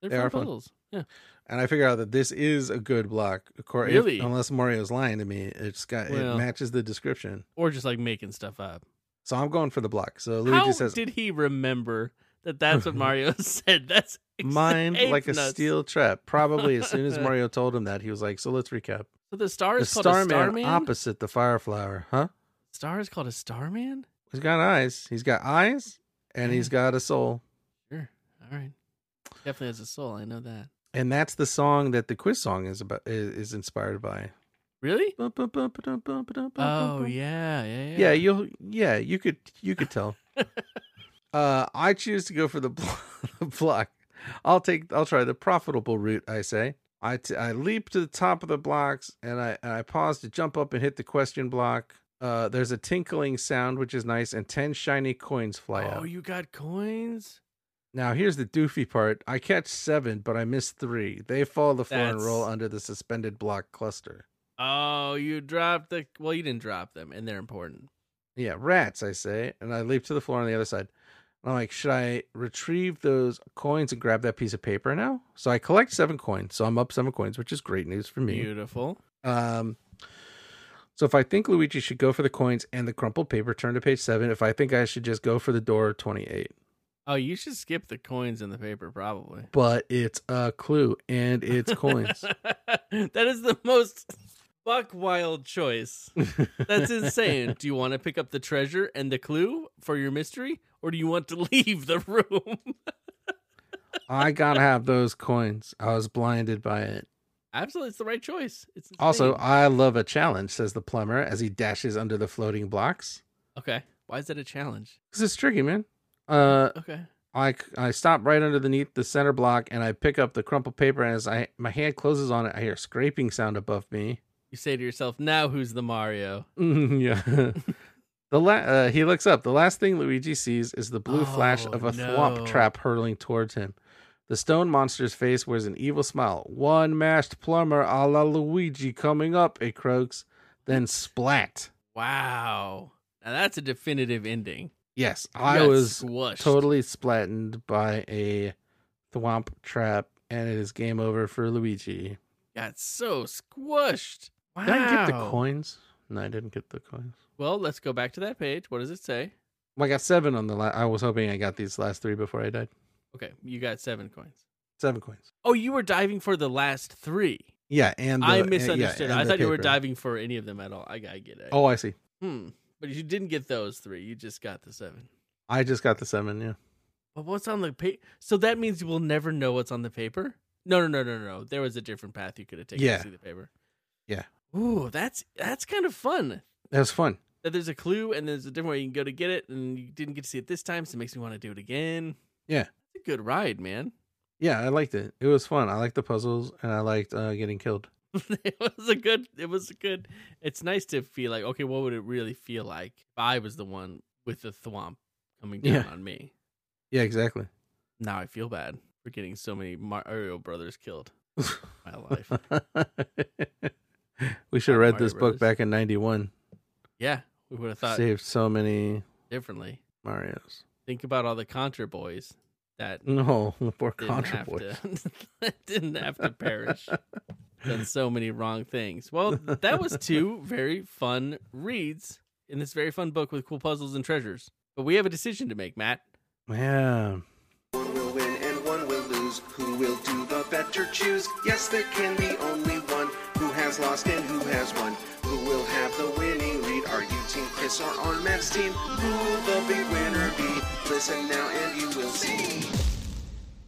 S2: They're
S3: They
S2: fun
S3: are fun.
S2: puzzles.
S3: And I figure out that this is a good block. Of course, if-
S2: Really?
S3: unless Mario's lying to me, it's got,
S2: Well.
S3: it matches the description.
S2: Or just like making stuff up.
S3: So I'm going for the block. So Luigi
S2: How
S3: says,
S2: did he remember that that's what Mario said? That's ex-
S3: mind
S2: ape
S3: like a
S2: nuts.
S3: steel trap. Probably as soon as Mario told him that, he was like, "So let's recap."
S2: So the star
S3: The
S2: is called
S3: Starman,
S2: a Starman.
S3: opposite the Fireflower, huh?
S2: star is called a Starman.
S3: He's got eyes. He's got eyes, and he's got a soul.
S2: Sure. All right. Definitely has a soul. I know that.
S3: And that's the song that the quiz song is about is, is inspired by.
S2: Really? Oh
S3: Oh
S2: yeah, yeah, yeah.
S3: yeah. You'll yeah. You could you could tell. uh, I choose to go for the blo- the block. I'll take. I'll try the profitable route. I say. I, t- I leap to the top of the blocks and I and I pause to jump up and hit the question block. Uh, there's a tinkling sound which is nice, and ten shiny coins fly
S2: oh,
S3: out.
S2: you got coins.
S3: Now here's the doofy part. I catch seven, but I miss three. They fall to the floor and roll
S2: That's-
S3: under the suspended block cluster.
S2: Oh, you dropped the. Well, you didn't drop them, and they're important.
S3: Yeah, rats, I say, and I leap to the floor on the other side. And I'm like, should I retrieve those coins and grab that piece of paper now? So I collect seven coins. So I'm up seven coins, which is great news for me.
S2: Beautiful.
S3: Um, So if I think Luigi should go for the coins and the crumpled paper, turn to page seven. If I think I should just go for the door 28.
S2: Oh, you should skip the coins in the paper, probably.
S3: But it's a clue and it's coins.
S2: that is the most buck wild choice. That's insane. do you want to pick up the treasure and the clue for your mystery, or do you want to leave the room?
S3: I gotta have those coins. I was blinded by it.
S2: Absolutely, it's the right choice. It's insane.
S3: Also, I love a challenge, says the plumber as he dashes under the floating blocks.
S2: okay. Why is that a challenge?
S3: Because it's tricky, man. Uh,
S2: Okay.
S3: I, I stop right underneath the center block and I pick up the crumpled paper. And as I my hand closes on it, I hear a scraping sound above me.
S2: You say to yourself, now who's the Mario?
S3: Mm, yeah. the la- uh, he looks up. The last thing Luigi sees is the blue flash
S2: Oh,
S3: of a
S2: no.
S3: thwomp trap hurtling towards him. The stone monster's face wears an evil smile. One mashed plumber a la Luigi coming up, it croaks. Then splat.
S2: Wow. Now that's a definitive ending.
S3: Yes,
S2: You
S3: I
S2: got
S3: was
S2: squished.
S3: totally splattened by a thwomp trap, and it is game over for Luigi.
S2: got so squished. Wow.
S3: Did I get the coins? No, I didn't get the coins.
S2: Well, let's go back to that page. What does it say?
S3: Well, I got seven on the last. I was hoping I got these last three before I died.
S2: Okay, you got seven coins.
S3: Seven coins.
S2: Oh, you were diving for the last three.
S3: Yeah, and the-
S2: I
S3: and- yeah,
S2: misunderstood.
S3: and
S2: I
S3: the
S2: thought you were
S3: paper.
S2: diving for any of them at all. I, I get it.
S3: Oh, I see.
S2: Hmm. But you didn't get those three. You just got the seven.
S3: I just got the seven. Yeah,
S2: But what's on the paper? So that means you will never know what's on the paper? No, no, no, no, no. There was a different path you could have taken
S3: Yeah.
S2: to see the paper.
S3: Yeah.
S2: Ooh, that's that's kind of fun.
S3: that was fun.
S2: That there's a clue and there's a different way you can go to get it, and you didn't get to see it this time, so it makes me want to do it again.
S3: Yeah.
S2: It's a good ride, man.
S3: Yeah, I liked it. It was fun. I liked the puzzles, and I liked uh, getting killed.
S2: it was a good it was a good it's nice to feel like okay what would it really feel like if i was the one with the thwomp coming down
S3: Yeah.
S2: on me
S3: Yeah, exactly.
S2: now i feel bad for getting so many mario brothers killed in my life
S3: we should have
S2: Mario
S3: read this
S2: Brothers.
S3: book back in '91.
S2: yeah we would have thought
S3: Saved so many
S2: differently
S3: Mario's.
S2: think about all the contra boys that
S3: No, poor
S2: didn't
S3: Contra
S2: have
S3: Boys.
S2: to that didn't have to perish done so many wrong things well that was two very fun reads in this very fun book with cool puzzles and treasures but we have a decision to make matt
S3: Yeah.
S6: One will win and one will lose. Who will do the better choose? Yes, there can be only one who has lost and who has won. Who will have the winning lead? Are you Team Chris or on Matt's team? Who will the big winner be? Listen now and you will see.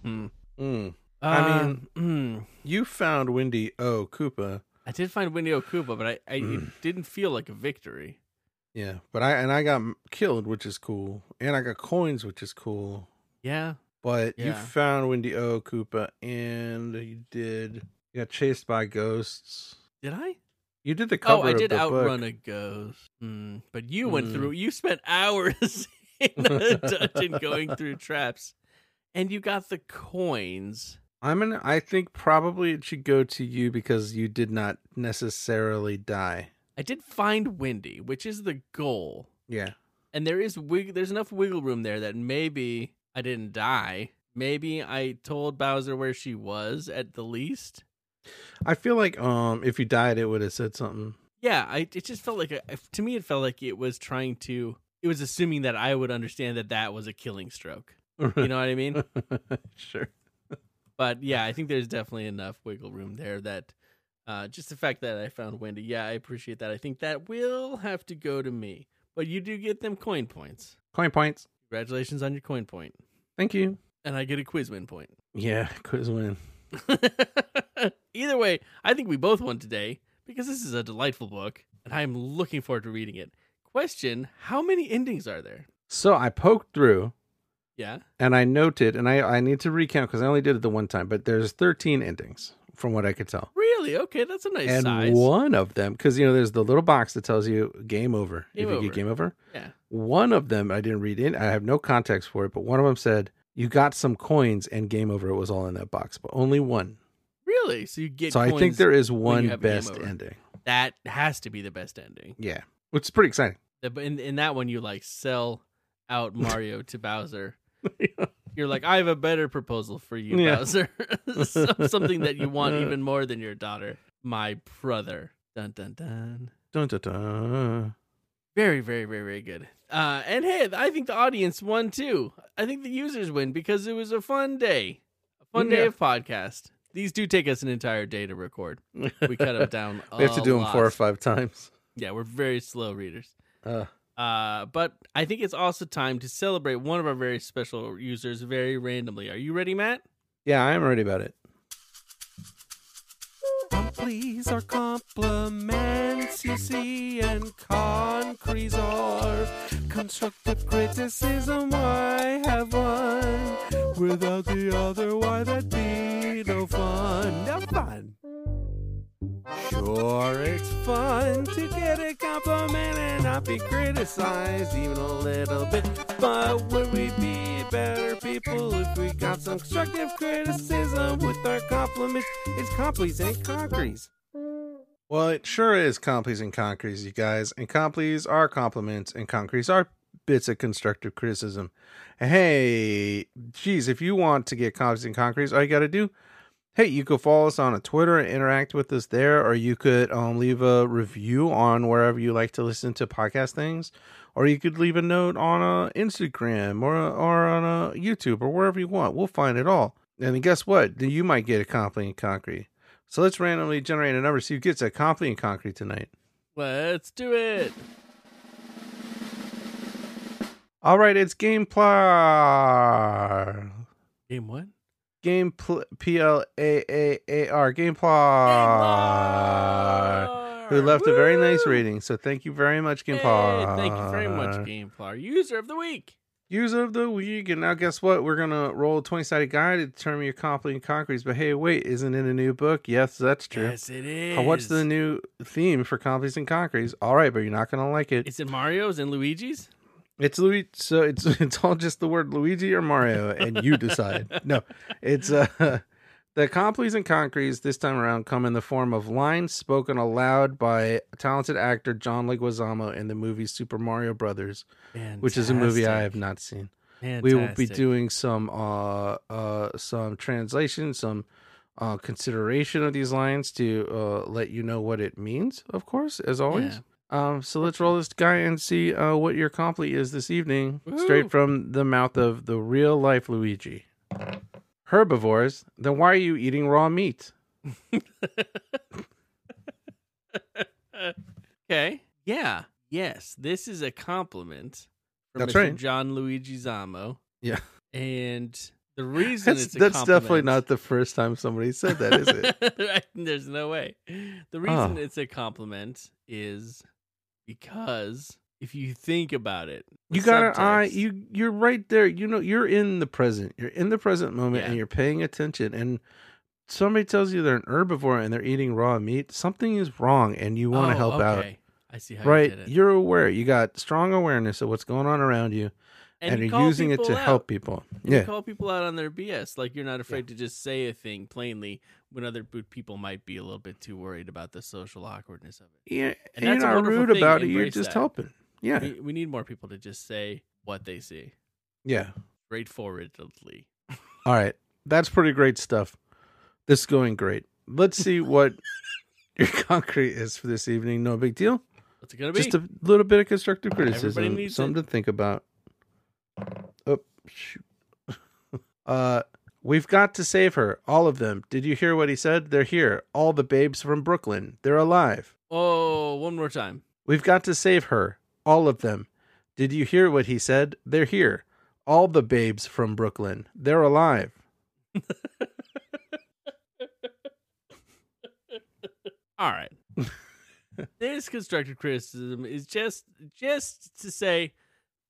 S3: Mm.
S2: I
S3: I
S2: mean,
S3: mean-
S2: mm,
S3: hmm. You found Wendy O. Koopa.
S2: I did find Winnie Okuba, but I, I it didn't feel like a victory.
S3: Yeah, but I and I got m- killed, which is cool, and I got coins, which is cool.
S2: Yeah,
S3: But you
S2: Yeah.
S3: found Wendy O. Koopa and you did. You got chased by ghosts.
S2: did I?
S3: You did the
S2: Oh,
S3: cover.
S2: I did outrun
S3: outrun
S2: a ghost. Mm, but you went
S3: Mm.
S2: through. You spent hours in a dungeon going through traps, and you got the coins.
S3: I'm an. I think probably it should go to you because you did not necessarily die.
S2: I did find Wendy, which is the goal,
S3: Yeah.
S2: and there is wig- There's enough wiggle room there that maybe I didn't die. Maybe I told Bowser where she was at the least.
S3: I feel like um, if you died, it would have said something.
S2: Yeah, I it just felt like a, to me it felt like it was trying to it was assuming that I would understand that that was a killing stroke. You know what I mean?
S3: sure.
S2: but yeah, I think there's definitely enough wiggle room there that uh just the fact that I found Wendy. Yeah, I appreciate that. I think that will have to go to me. But you do get them coin points.
S3: Coin points.
S2: Congratulations on your coin point.
S3: Thank you.
S2: And I get a quiz win point.
S3: Yeah, quiz win.
S2: Either way, I think we both won today because this is a delightful book and I'm looking forward to reading it. Question How many endings are there?
S3: So I poked through
S2: Yeah.
S3: and I noted, and I I need to recount because I only did it the one time, but there's 13 endings from what I could tell.
S2: Really? Okay, that's a nice
S3: and
S2: size.
S3: one of them because you know there's the little box that tells you game over
S2: Game
S3: if you
S2: over.
S3: get game over
S2: Yeah.
S3: one of them i didn't read in i have no context for it but one of them said you got some coins and game over was all in that box but only one
S2: Really? So you get
S3: so i think
S2: coins-
S3: there is
S2: when you
S3: one
S2: have game
S3: best
S2: over.
S3: ending
S2: that has to be the best ending.
S3: yeah which is pretty exciting
S2: The- In, in that one, you like sell out Mario to Bowser. You're like, I have a better proposal for you,
S3: Yeah.
S2: Bowser. Some- Something that you want even more than your daughter, my brother. Dun dun dun.
S3: Dun, dun, dun.
S2: Very, very, very, very good. Uh, and hey, I think the audience won too. I think the users win because it was a fun day, a fun day
S3: Yeah.
S2: of podcast. These do take us an entire day to record. We cut them down.
S3: we have to
S2: a
S3: do them four or
S2: lot.
S3: five times.
S2: Yeah, we're very slow readers.
S3: Uh,
S2: Uh, but I think it's also time to celebrate one of our very special users very randomly. Are you ready, Matt?
S3: yeah, I'm already about it.
S4: Please are compliments, you see, and concretes are constructive criticism. I have one. Without the other, why that'd be no fun. No fun. Sure, it's fun to get a compliment and not be criticized even a little bit. But would we be better people if we got some constructive criticism with our compliments? It's complies and concretes.
S3: Well, it sure is complies and concretes, you guys. And complies are compliments, and concretes are bits of constructive criticism. Hey, geez, if you want to get complies and concretes, all you got to do, hey, you could follow us on a Twitter and interact with us there, or you could um, leave a review on wherever you like to listen to podcast things, or you could leave a note on uh, Instagram or or on uh, YouTube or wherever you want. We'll find it all. And then guess what? You might get a compliment and concrete. So let's randomly generate a number. So you get to complete and concrete tonight.
S2: Let's do it.
S3: All right, it's game plar.
S2: Game what?
S3: Game pl- P L A A A R. Game plar. Who Ah. left a very nice
S2: Woo!
S3: rating. So thank you very much, Game
S2: Hey,
S3: plar.
S2: Thank you very much, Gameplar. User of the week.
S3: User of the week. And now guess what? We're gonna roll a twenty sided guy to determine your complete and concretes. But hey, wait, isn't it a new book? Yes, that's true.
S2: Yes, it is.
S3: Uh, What's the new theme for completes and concretes? All right, but you're not gonna like it.
S2: Is it Mario's and Luigi's?
S3: It's Luigi. So it's it's all just the word Luigi or Mario, and you decide. no, it's uh, the complees and concretes this time around come in the form of lines spoken aloud by talented actor John Leguizamo in the movie Super Mario Brothers, which is a movie I have not seen. We will be
S2: Fantastic.
S3: doing some uh uh some translation, some uh consideration of these lines to uh let you know what it means. Of course, as always.
S2: Yeah.
S3: Um, so let's roll this guy and see uh, what your complete is this evening,
S2: Woo.
S3: straight from the mouth of the real life Luigi. Herbivores, then why are you eating raw meat?
S2: Okay. Yeah. Yes. This is a compliment from
S3: That's
S2: Mr.
S3: right.
S2: John Luigi Zamo.
S3: Yeah.
S2: And the reason
S3: That's,
S2: it's a
S3: that's definitely
S2: compliment-
S3: not the first time somebody said that, is it?
S2: Right? There's no way. The reason
S3: Oh.
S2: it's a compliment is because if you think about it, the
S3: you got
S2: subtext-
S3: an eye. You you're right there. You know you're in the present. You're in the present moment,
S2: Yeah.
S3: and you're paying attention. And somebody tells you they're an herbivore and they're eating raw meat. Something is wrong, and you want to
S2: Oh,
S3: help out.
S2: okay. I see how you
S3: Right,
S2: did it.
S3: you're aware. You got strong awareness of what's going on around you, and,
S2: you
S3: you're
S2: call
S3: using it
S2: people
S3: to
S2: out.
S3: help people.
S2: You
S3: Yeah,
S2: call people out on their BS. Like you're not afraid to just say a thing plainly when other bo- people might be a little bit too worried about the social awkwardness of it.
S3: yeah.
S2: And
S3: And you're
S2: that's a
S3: not
S2: wonderful
S3: rude
S2: thing,
S3: about it. You're
S2: embrace
S3: just
S2: that.
S3: helping. Yeah,
S2: We, we need more people to just say what they see
S3: yeah.
S2: straightforwardly.
S3: All right, that's pretty great stuff. This is going great. Let's see what your concrete is for this evening. No big deal.
S2: What's it gonna be?
S3: Just a little bit of constructive
S2: Everybody
S3: criticism.
S2: needs
S3: Something to think about. Oh shoot. uh, we've got to save her. All of them. Did you hear what he said? They're here. All the babes from Brooklyn. They're alive.
S2: oh, one more time.
S3: We've got to save her. All of them. Did you hear what he said? They're here. All the babes from Brooklyn. They're alive.
S2: All right. this constructive criticism is just just to say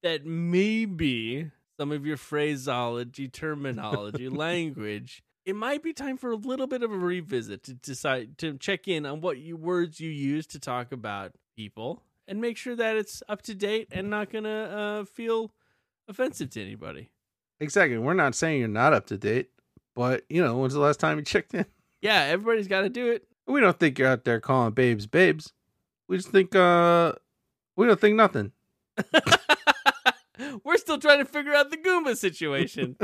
S2: that maybe some of your phraseology, terminology, language, it might be time for a little bit of a revisit to decide to check in on what you, words you use to talk about people and make sure that it's up to date and not going to uh, feel offensive to anybody.
S3: Exactly. We're not saying you're not up to date, but you know, when's the last time you checked in?
S2: Yeah, everybody's got to do it.
S3: We don't think you're out there calling babes babes. We just think uh we don't think nothing.
S2: We're still trying to figure out the Goomba situation.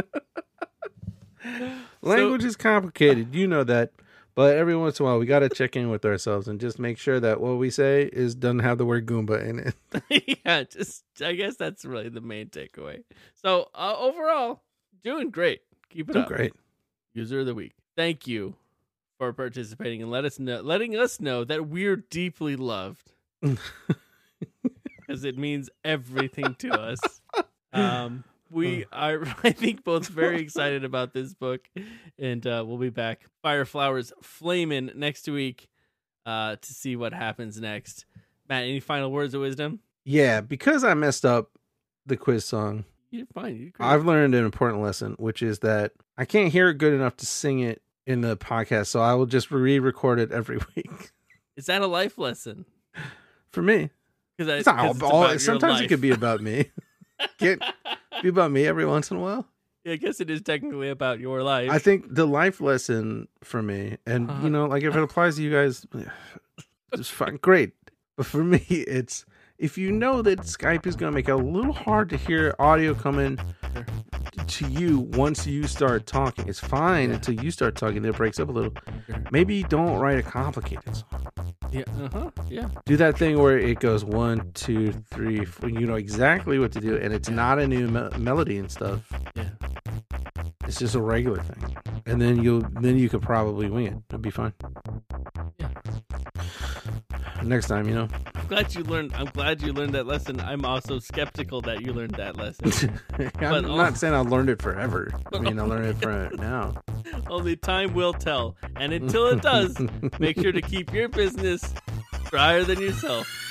S3: Language is complicated. You know that. But every once in a while, we got to check in with ourselves and just make sure that what we say is doesn't have the word Goomba in it.
S2: yeah, just I guess that's really the main takeaway. So uh, overall, doing great. Keep it
S3: Doing
S2: up.
S3: great.
S2: User of the week. Thank you for participating and let us know, letting us know that we're deeply loved because it means everything to us. Um, we are, I think, both very excited about this book, and uh, we'll be back. Fireflowers flaming next week uh, to see what happens next. Matt, any final words of wisdom?
S3: Yeah, because I messed up the quiz song,
S2: You're fine. You're great.
S3: I've learned an important lesson, which is that I can't hear it good enough to sing it in the podcast. So I will just re record it every week
S2: Is that a life lesson?
S3: for me.
S2: Because
S3: It's not all, sometimes it could be about me. Can't be about me every once in a while.
S2: I guess it is technically about your life.
S3: I think the life lesson for me, and
S2: Uh-huh.
S3: you know, like if it applies to you guys, it's fine, great. But for me, it's if you know that Skype is going to make it a little hard to hear audio coming to you once you start talking, it's fine until you start talking. Then it breaks up a little. Maybe don't write a complicated song.
S2: yeah. Uh-huh. Yeah.
S3: Do that thing where it goes one, two, three, four. You know exactly what to do, and it's not a new me- melody and stuff.
S2: Yeah.
S3: It's just a regular thing, and then you'll then you could probably wing it. It'd be fine.
S2: Yeah.
S3: Next time, you know.
S2: I'm glad you learned. I'm glad you learned that lesson. I'm also skeptical that you learned that lesson.
S3: I'm
S2: But oh. all-
S3: not saying I learned it forever. I mean, I learned it from now.
S2: Only time will tell. And until it does, make sure to keep your business drier than yourself.